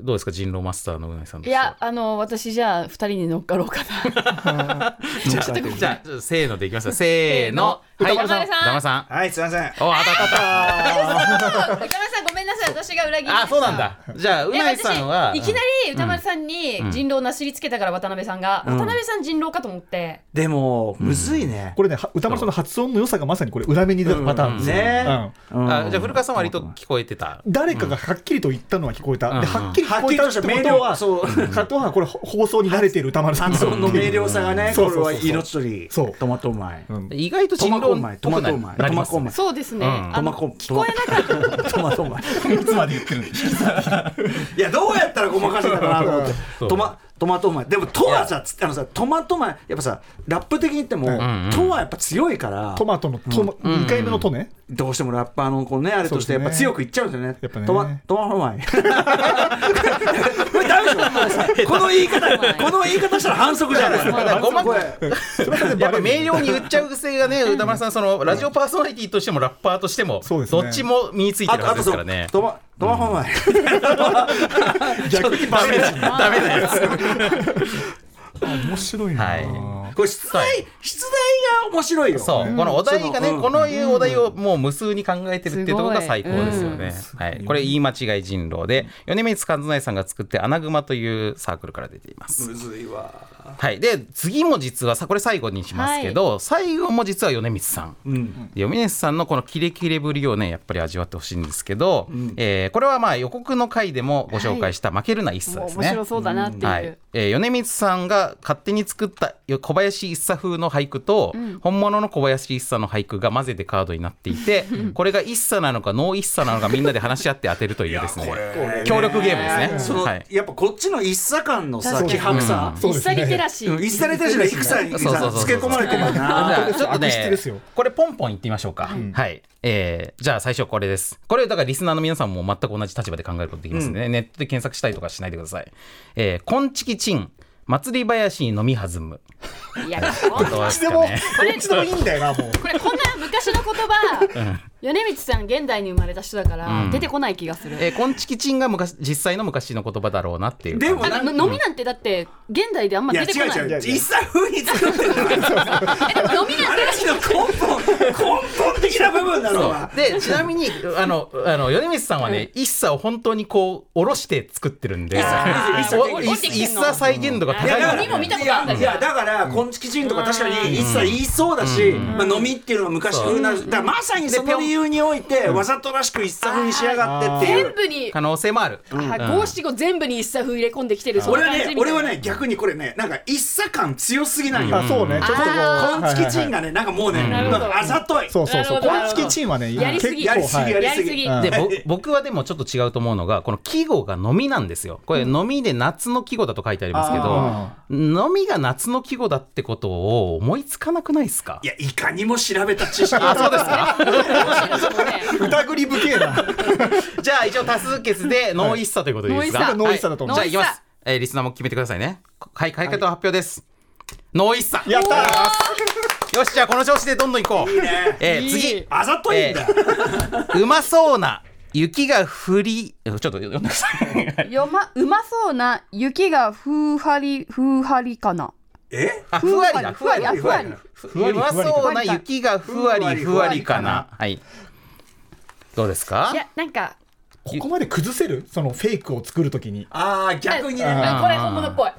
S3: どうですか人狼マスターのうないさんとし
S5: い
S3: ては
S5: やあの私じゃあ二人に乗っかろうかな
S3: じゃあじゃあせーのでいきますよせーの
S5: せーの
S3: はい
S5: 歌丸さん
S3: 歌丸さん
S1: はいすいません
S3: お当たった
S5: 歌丸さんごめんなさい私が裏切りました
S3: あそうなんだじゃあう
S5: え
S3: ないさんは
S5: 私いきなり歌丸さんに人狼をなすりつけたから渡辺さんが、渡辺さん人狼かと思って、
S1: でもむずいね、
S6: これねは歌丸さんの発音の良さがまさにこれ裏目に出たパターンですよ
S1: ね
S6: うん
S1: うん
S3: あじゃあ古川さんは割と聞こえてた
S6: 誰かがはっきりと言ったのは聞こえた、
S3: うん
S6: ではっきり聞こえたって
S1: はっきり
S6: こと
S1: した明瞭はそう
S6: 加藤はこれ放送に慣れてる歌丸さん
S1: 発音の明瞭さがね
S6: そ
S1: これ
S6: うそうそう
S1: は命取り
S6: そう
S1: トマトうまい
S6: うん
S3: 意外と
S1: ト
S3: 人
S1: マコうま
S3: 狼
S1: い
S3: っ
S1: ト
S3: ぽ
S1: マ
S3: くな
S1: トうまいト
S3: なりま
S1: マ
S3: す
S1: コうまい
S5: そうですね、
S3: うん
S5: あ
S1: ト
S5: の
S1: マコ
S5: 聞こえなかった
S1: なかったトマトうまい
S6: いつまで言ってる
S1: いやどうやったらごまかせたかなと思って
S3: そう
S1: トマトマトうまいでも「と」はさつあのさトマトうまいやっぱさラップ的に言っても
S3: んうん
S1: 「と」はやっぱ強いから
S6: トマトのトマ、2回目のトね、
S1: どうしてもラッパーのこうねあれとしてやっぱ強く言っちゃうんですよね
S6: そうですね
S1: トマトマトうまい これダメでしょこの言い方この言い方したら反則じゃないですか
S3: ごま
S1: これ
S3: やっぱ明瞭に言っちゃう癖がね、歌丸さん、そのラジオパーソナリティとしてもラッパーとしても、
S6: そうです
S3: ど
S6: ね
S3: っちも身について
S1: あ
S3: る
S1: と
S3: は
S1: あ
S3: ず
S1: と
S3: で
S1: そ
S3: すから
S1: う
S3: ね。
S1: トマトマうまい
S6: 逆にバメージ
S3: ダメだよ。
S6: 面白いな、
S3: はい
S1: これ出題出題が面白いよ
S3: そう、このお題がね、
S1: そのうん
S3: このいうお題をもう無数に考えてるっていうところが最高ですよね。はい、これ言い間違い人狼で、米光和内さんが作ってアナグマというサークルから出ています。
S1: むずいわ
S3: はい、で、次も実はさ、これ最後にしますけど、最後も実は米光さん。
S1: うん
S3: で米津さんのこのキレキレぶりをねやっぱり味わってほしいんですけど、えーこれはまあ予告の回でもご紹介した「負けるな一茶」ですね。
S5: 面白そうだなっていう、
S3: はいえー米光さんが勝手に作ったよ小林一茶風の俳句と、本物の小林一茶の俳句が混ぜてカードになっていて、これが一茶なのかノー一茶なのかみんなで話し合って当てるというですね協力ゲームです
S1: そ
S3: ね。
S1: の
S3: はい
S1: やっぱこっちの一茶感のさ
S5: 確か
S1: 気
S5: に
S1: 迫さ、
S5: 一切リテラシー。
S1: うん一茶に対しての戦に
S3: そうそうそう
S1: さ
S3: そう
S1: つけ込まれてるよな
S3: じゃあちょっと
S6: 悪質
S3: ね
S6: ですよ、
S3: これポンポンいってみましょうか。はい。えーじゃあ最初これです。これだからリスナーの皆さんも全く同じ立場で考えることできますんでね。ネットで検索したりとかしないでください。えー、こんちきちん、祭り林に飲み弾む。
S5: いや、
S3: どうです
S6: で
S3: か
S6: も、ど
S3: ね。
S6: っちでもいいんだよな、もう。
S5: これこんな昔の言葉、米光さん現代に生まれた人だから
S3: うん
S5: 出てこない気がする。
S3: えー、こんちきちんが昔実際の昔の言葉だろうなっていう。
S1: でも
S5: あのの飲みなんてだって現代であんま
S1: いや
S5: 出
S1: 違
S5: てこな
S1: う違
S5: い。
S1: う
S6: やいや
S1: 一茶風に作 ってるから
S5: えでも飲みなん
S1: あれ
S5: て
S1: たちの根本根本的な部分だろうが
S3: でちなみにあのあの米光さんはね、一茶を本当にこう下ろして作ってるんで、お
S5: 降りてきて
S3: 一
S5: んの
S3: 茶再現度が高い
S1: いやだか
S3: か
S1: らら
S5: 飲みも見たことあるんだけど
S1: いやいやだからこんちきちんとか確かに一切言いそうだし、まあ、飲みっていうのが昔風なだからまさにその理由においてわざとらしく一切風に仕上がってっていう
S5: 全部に
S3: 可能性もある。
S5: あ五七五全部に一茶風入れ込んできてるその
S1: 俺は
S5: 感じ
S1: ね
S5: みた
S1: 俺
S5: いな
S1: はね逆にこれねなんか一茶感強すぎないよ、
S6: あ、そうね、ちょっとこう。
S1: コン
S6: は
S1: チ
S6: い
S1: キ
S6: はい
S1: チ
S6: は
S1: ン
S6: い
S1: がね、なんかもうね、
S5: るほど
S1: あざとい。
S6: そうそうそう、
S5: なるほ
S6: コンチ
S5: ど
S6: キチンはね、
S5: やりすぎ
S6: 結構
S1: やりすぎ、
S6: はい
S1: や
S5: や
S1: り
S5: り
S1: す
S5: す
S1: ぎ
S5: ぎ。
S6: ん
S3: でぼ僕はでもちょっと違うと思うのがこの季語が「飲み」なんですよ。これ「飲み」で夏の季語だと書いてありますけ
S6: あ
S3: ど「飲み」が夏の季語だってことを思いつかなくないですか
S1: いや、いかにも調べた知識。
S3: あそうですか
S6: 歌ぐり不敬な。
S3: じゃあ一応多数決で「ノーイッサ」ということでいいですか
S6: ノーイッサノーイッサ
S3: は
S6: だ
S3: いじ
S6: と思う
S3: ゃあいきます、えーリスナーも決めてくださいねはい開会と発表です、ノーイッサ
S6: やった
S3: よしじゃあこの調子でどんどんいこう
S1: いいね
S3: えー次
S1: あざといんだよ。
S3: うまそうな雪が降りちょっと読んでください
S4: よま、うまそうな雪がふうはり、ふうはりかな。
S1: え
S3: あふわりだふわりだ
S4: ふわりだ
S3: ふわそうな雪がふわりふわりかな。はい。どうですか
S5: い？やなんか
S6: ここまで崩せるそのフェイクを作るときに。
S1: ああ、逆にね。
S5: あこれ本物っぽい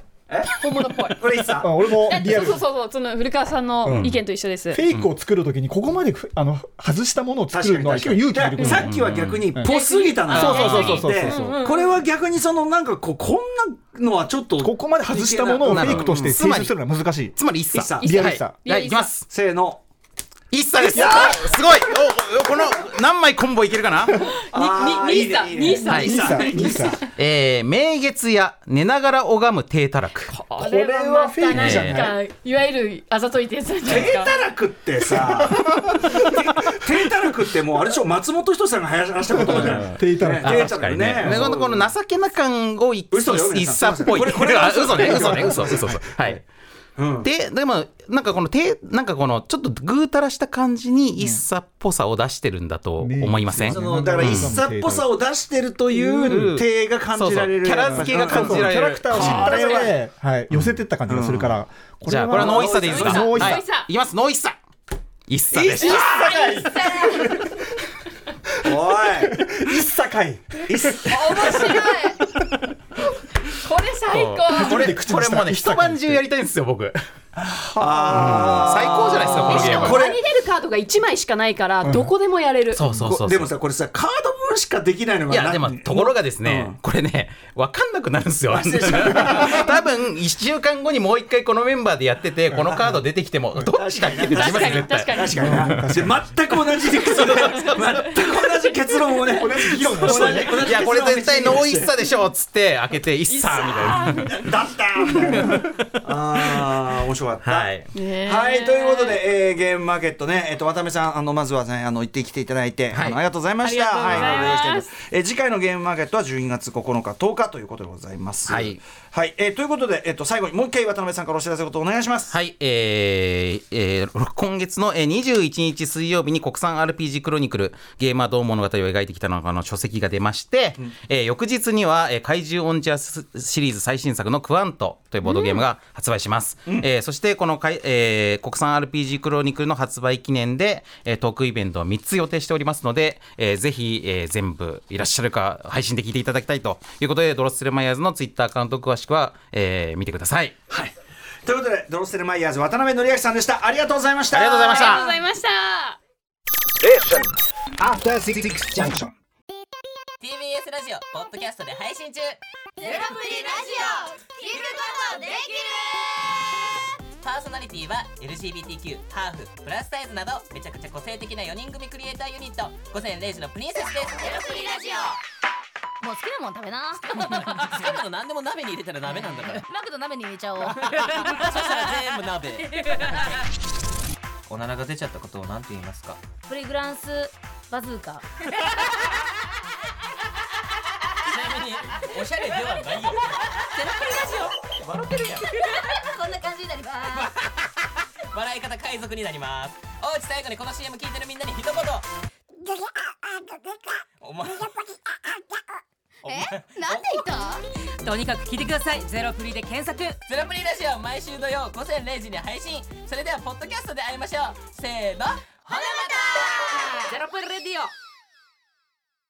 S5: 本物っぽい
S1: これいつ
S6: あ
S1: さ、
S6: 俺もリ
S5: え
S6: ア
S5: そ
S6: ル。
S5: うそう
S6: フ
S5: そうそうその古川さんの意見と一緒です、
S6: ェイクを作るときに、ここまでふあの外したものを作
S1: 確か
S6: る
S1: に
S6: のは
S1: 確
S6: 結
S1: か
S6: 構
S1: に。
S6: 勇
S1: だ
S6: 気いる
S1: か
S6: こ
S1: ら
S6: と
S1: さっきは逆に、ぽすぎたな。
S6: そうそうそうそうそうそう
S1: でこれは逆にそのなんかこうこんなのはちょっと
S6: ここまで外したものをフェイクとして提出するのは難しい。
S3: つまり一
S1: 一茶
S3: 茶。
S6: リアルさ。
S3: はい、はい、いきます。
S1: せーの
S3: 一茶です。あすごい。おおこの何枚コンボいけるかな？
S1: あーいいねいいね
S5: 兄さ
S3: ん
S1: いい
S6: いい
S1: ね
S6: さ、いいさ。
S3: えー、明月や寝ながら拝む低たらく。
S5: こ
S6: れはフェイク
S3: じゃない
S5: いかいわゆるあざといってやつなんじゃないで
S1: 低
S5: すか
S1: たらくって さ低たらくってもうあれでしょ松本人志さんが話した言葉じゃない
S6: ていたら。
S1: 低たらくね
S3: このこの情けな感を一
S1: 嘘よ
S3: 一茶っぽい。
S1: これこれ
S3: あ 嘘ね嘘ね嘘嘘嘘。はい。ででもなんかこの手なんかこのちょっとぐうたらした感じに一茶っぽさを出してるんだと思いません？
S1: そのだから一茶っぽさを出してるという手が感じられる、
S3: うんそうそうキャラ付けが感じられる
S6: キャラクターを知った上で、はい、寄せてった感じがするから、こ
S3: じゃあこれはノーイッサでいいですか
S6: ノーイッサ
S3: はいいきますノーイッサイッサ
S1: 一
S3: です
S1: 茶かい
S6: 一茶会
S1: おい一
S5: 面白いこれ最高
S3: こ
S6: めて
S3: れ
S6: 口に
S3: こ
S6: し
S3: れ
S6: た
S3: もうね
S6: 一茶
S3: 一
S6: 会
S3: 晩中やりたいんですよ僕
S1: あ
S3: 最高じゃないですかこのゲーム
S1: これ
S5: ありれるカードが1枚しかないからどこでもやれる
S3: そうそうそうそう
S1: でもさこれさカード分しかできないのが
S3: いや
S1: な
S3: でもところがですね、
S1: うん
S3: これね分かんなくなるんですよ
S1: 失礼しまし
S3: 多分1週間後にもう一回このメンバーでやっててこのカード出てきてもどっちだっけってなりますよ絶対
S5: 確かに
S1: 確かになで全く同じ理屈で全く同じ結論をね同じ議論をしてね
S3: いやこれ絶対ノーイッサでしょっつって開けてイッサーみたいな
S1: だったみたいなあー面白かった
S3: はい
S1: はいということで、えー、ゲームマーケットね、えっと渡辺さんあのまずはねあの行ってきていただいて、
S3: はい
S1: あのありがとうございました。
S5: ありがとう
S1: はい
S5: ございます
S1: お願します。えー次回のゲームマーケットは12月9日10日ということでございます。
S3: はい
S1: はい、えーということでえっ、と最後にもう一回渡辺さんからお知らせことお願いします。
S3: はい、えーえー今月のえー21日水曜日に国産 RPG クロニクルゲーマーどう物語を描いてきたのかの書籍が出まして、えー翌日には、えー怪獣オンチャーシリーズ最新作のクワントというボードゲームが発売します。えーそしてこのかい、えー国産 RPG クロニクルの発売記念で、えートークイベントを3つ予定しておりますので、えーぜひ、えー全部いらっしゃるか配信で聞いていただきたいということでドロッセルマイヤーズのツイッターアカウント詳しくは、えー見てください。
S1: はい。ということでドロッセルマイヤーズ渡辺則明さんでした。ありがとうございました。
S3: ありがとうございました
S5: ありがとうございました。
S7: TBS ラジオポッドキャストで配信中ゼロプリラジオ聞くことできる
S8: パーソナリティは LGBTQ ハーフプラスサイズなどめちゃくちゃ個性的な4人組クリエイターユニット午前0時のプリンセスです
S7: ゼロプリラジオもう好きなもん食べな
S8: 好きなの何でも鍋に入れたら鍋なんだから
S7: マクド鍋に入れちゃおう
S8: そしたら全部鍋おならが出ちゃったことを何て言いますか
S7: プリグランスバズーカ
S8: ちなみにおしゃれではないよゼロプリラジオ笑ってるやん
S7: こんな感じになります
S8: 笑い方海賊になりますおうち最後にこの CM 聞いてるみんなに一言お前お前
S7: なんで言った
S9: とにかく聞いてくださいゼロプリで検索
S8: ゼロプリラジオ毎週土曜午前0時に配信それではポッドキャストで会いましょうせーのほなまた
S9: ゼロプリレディオ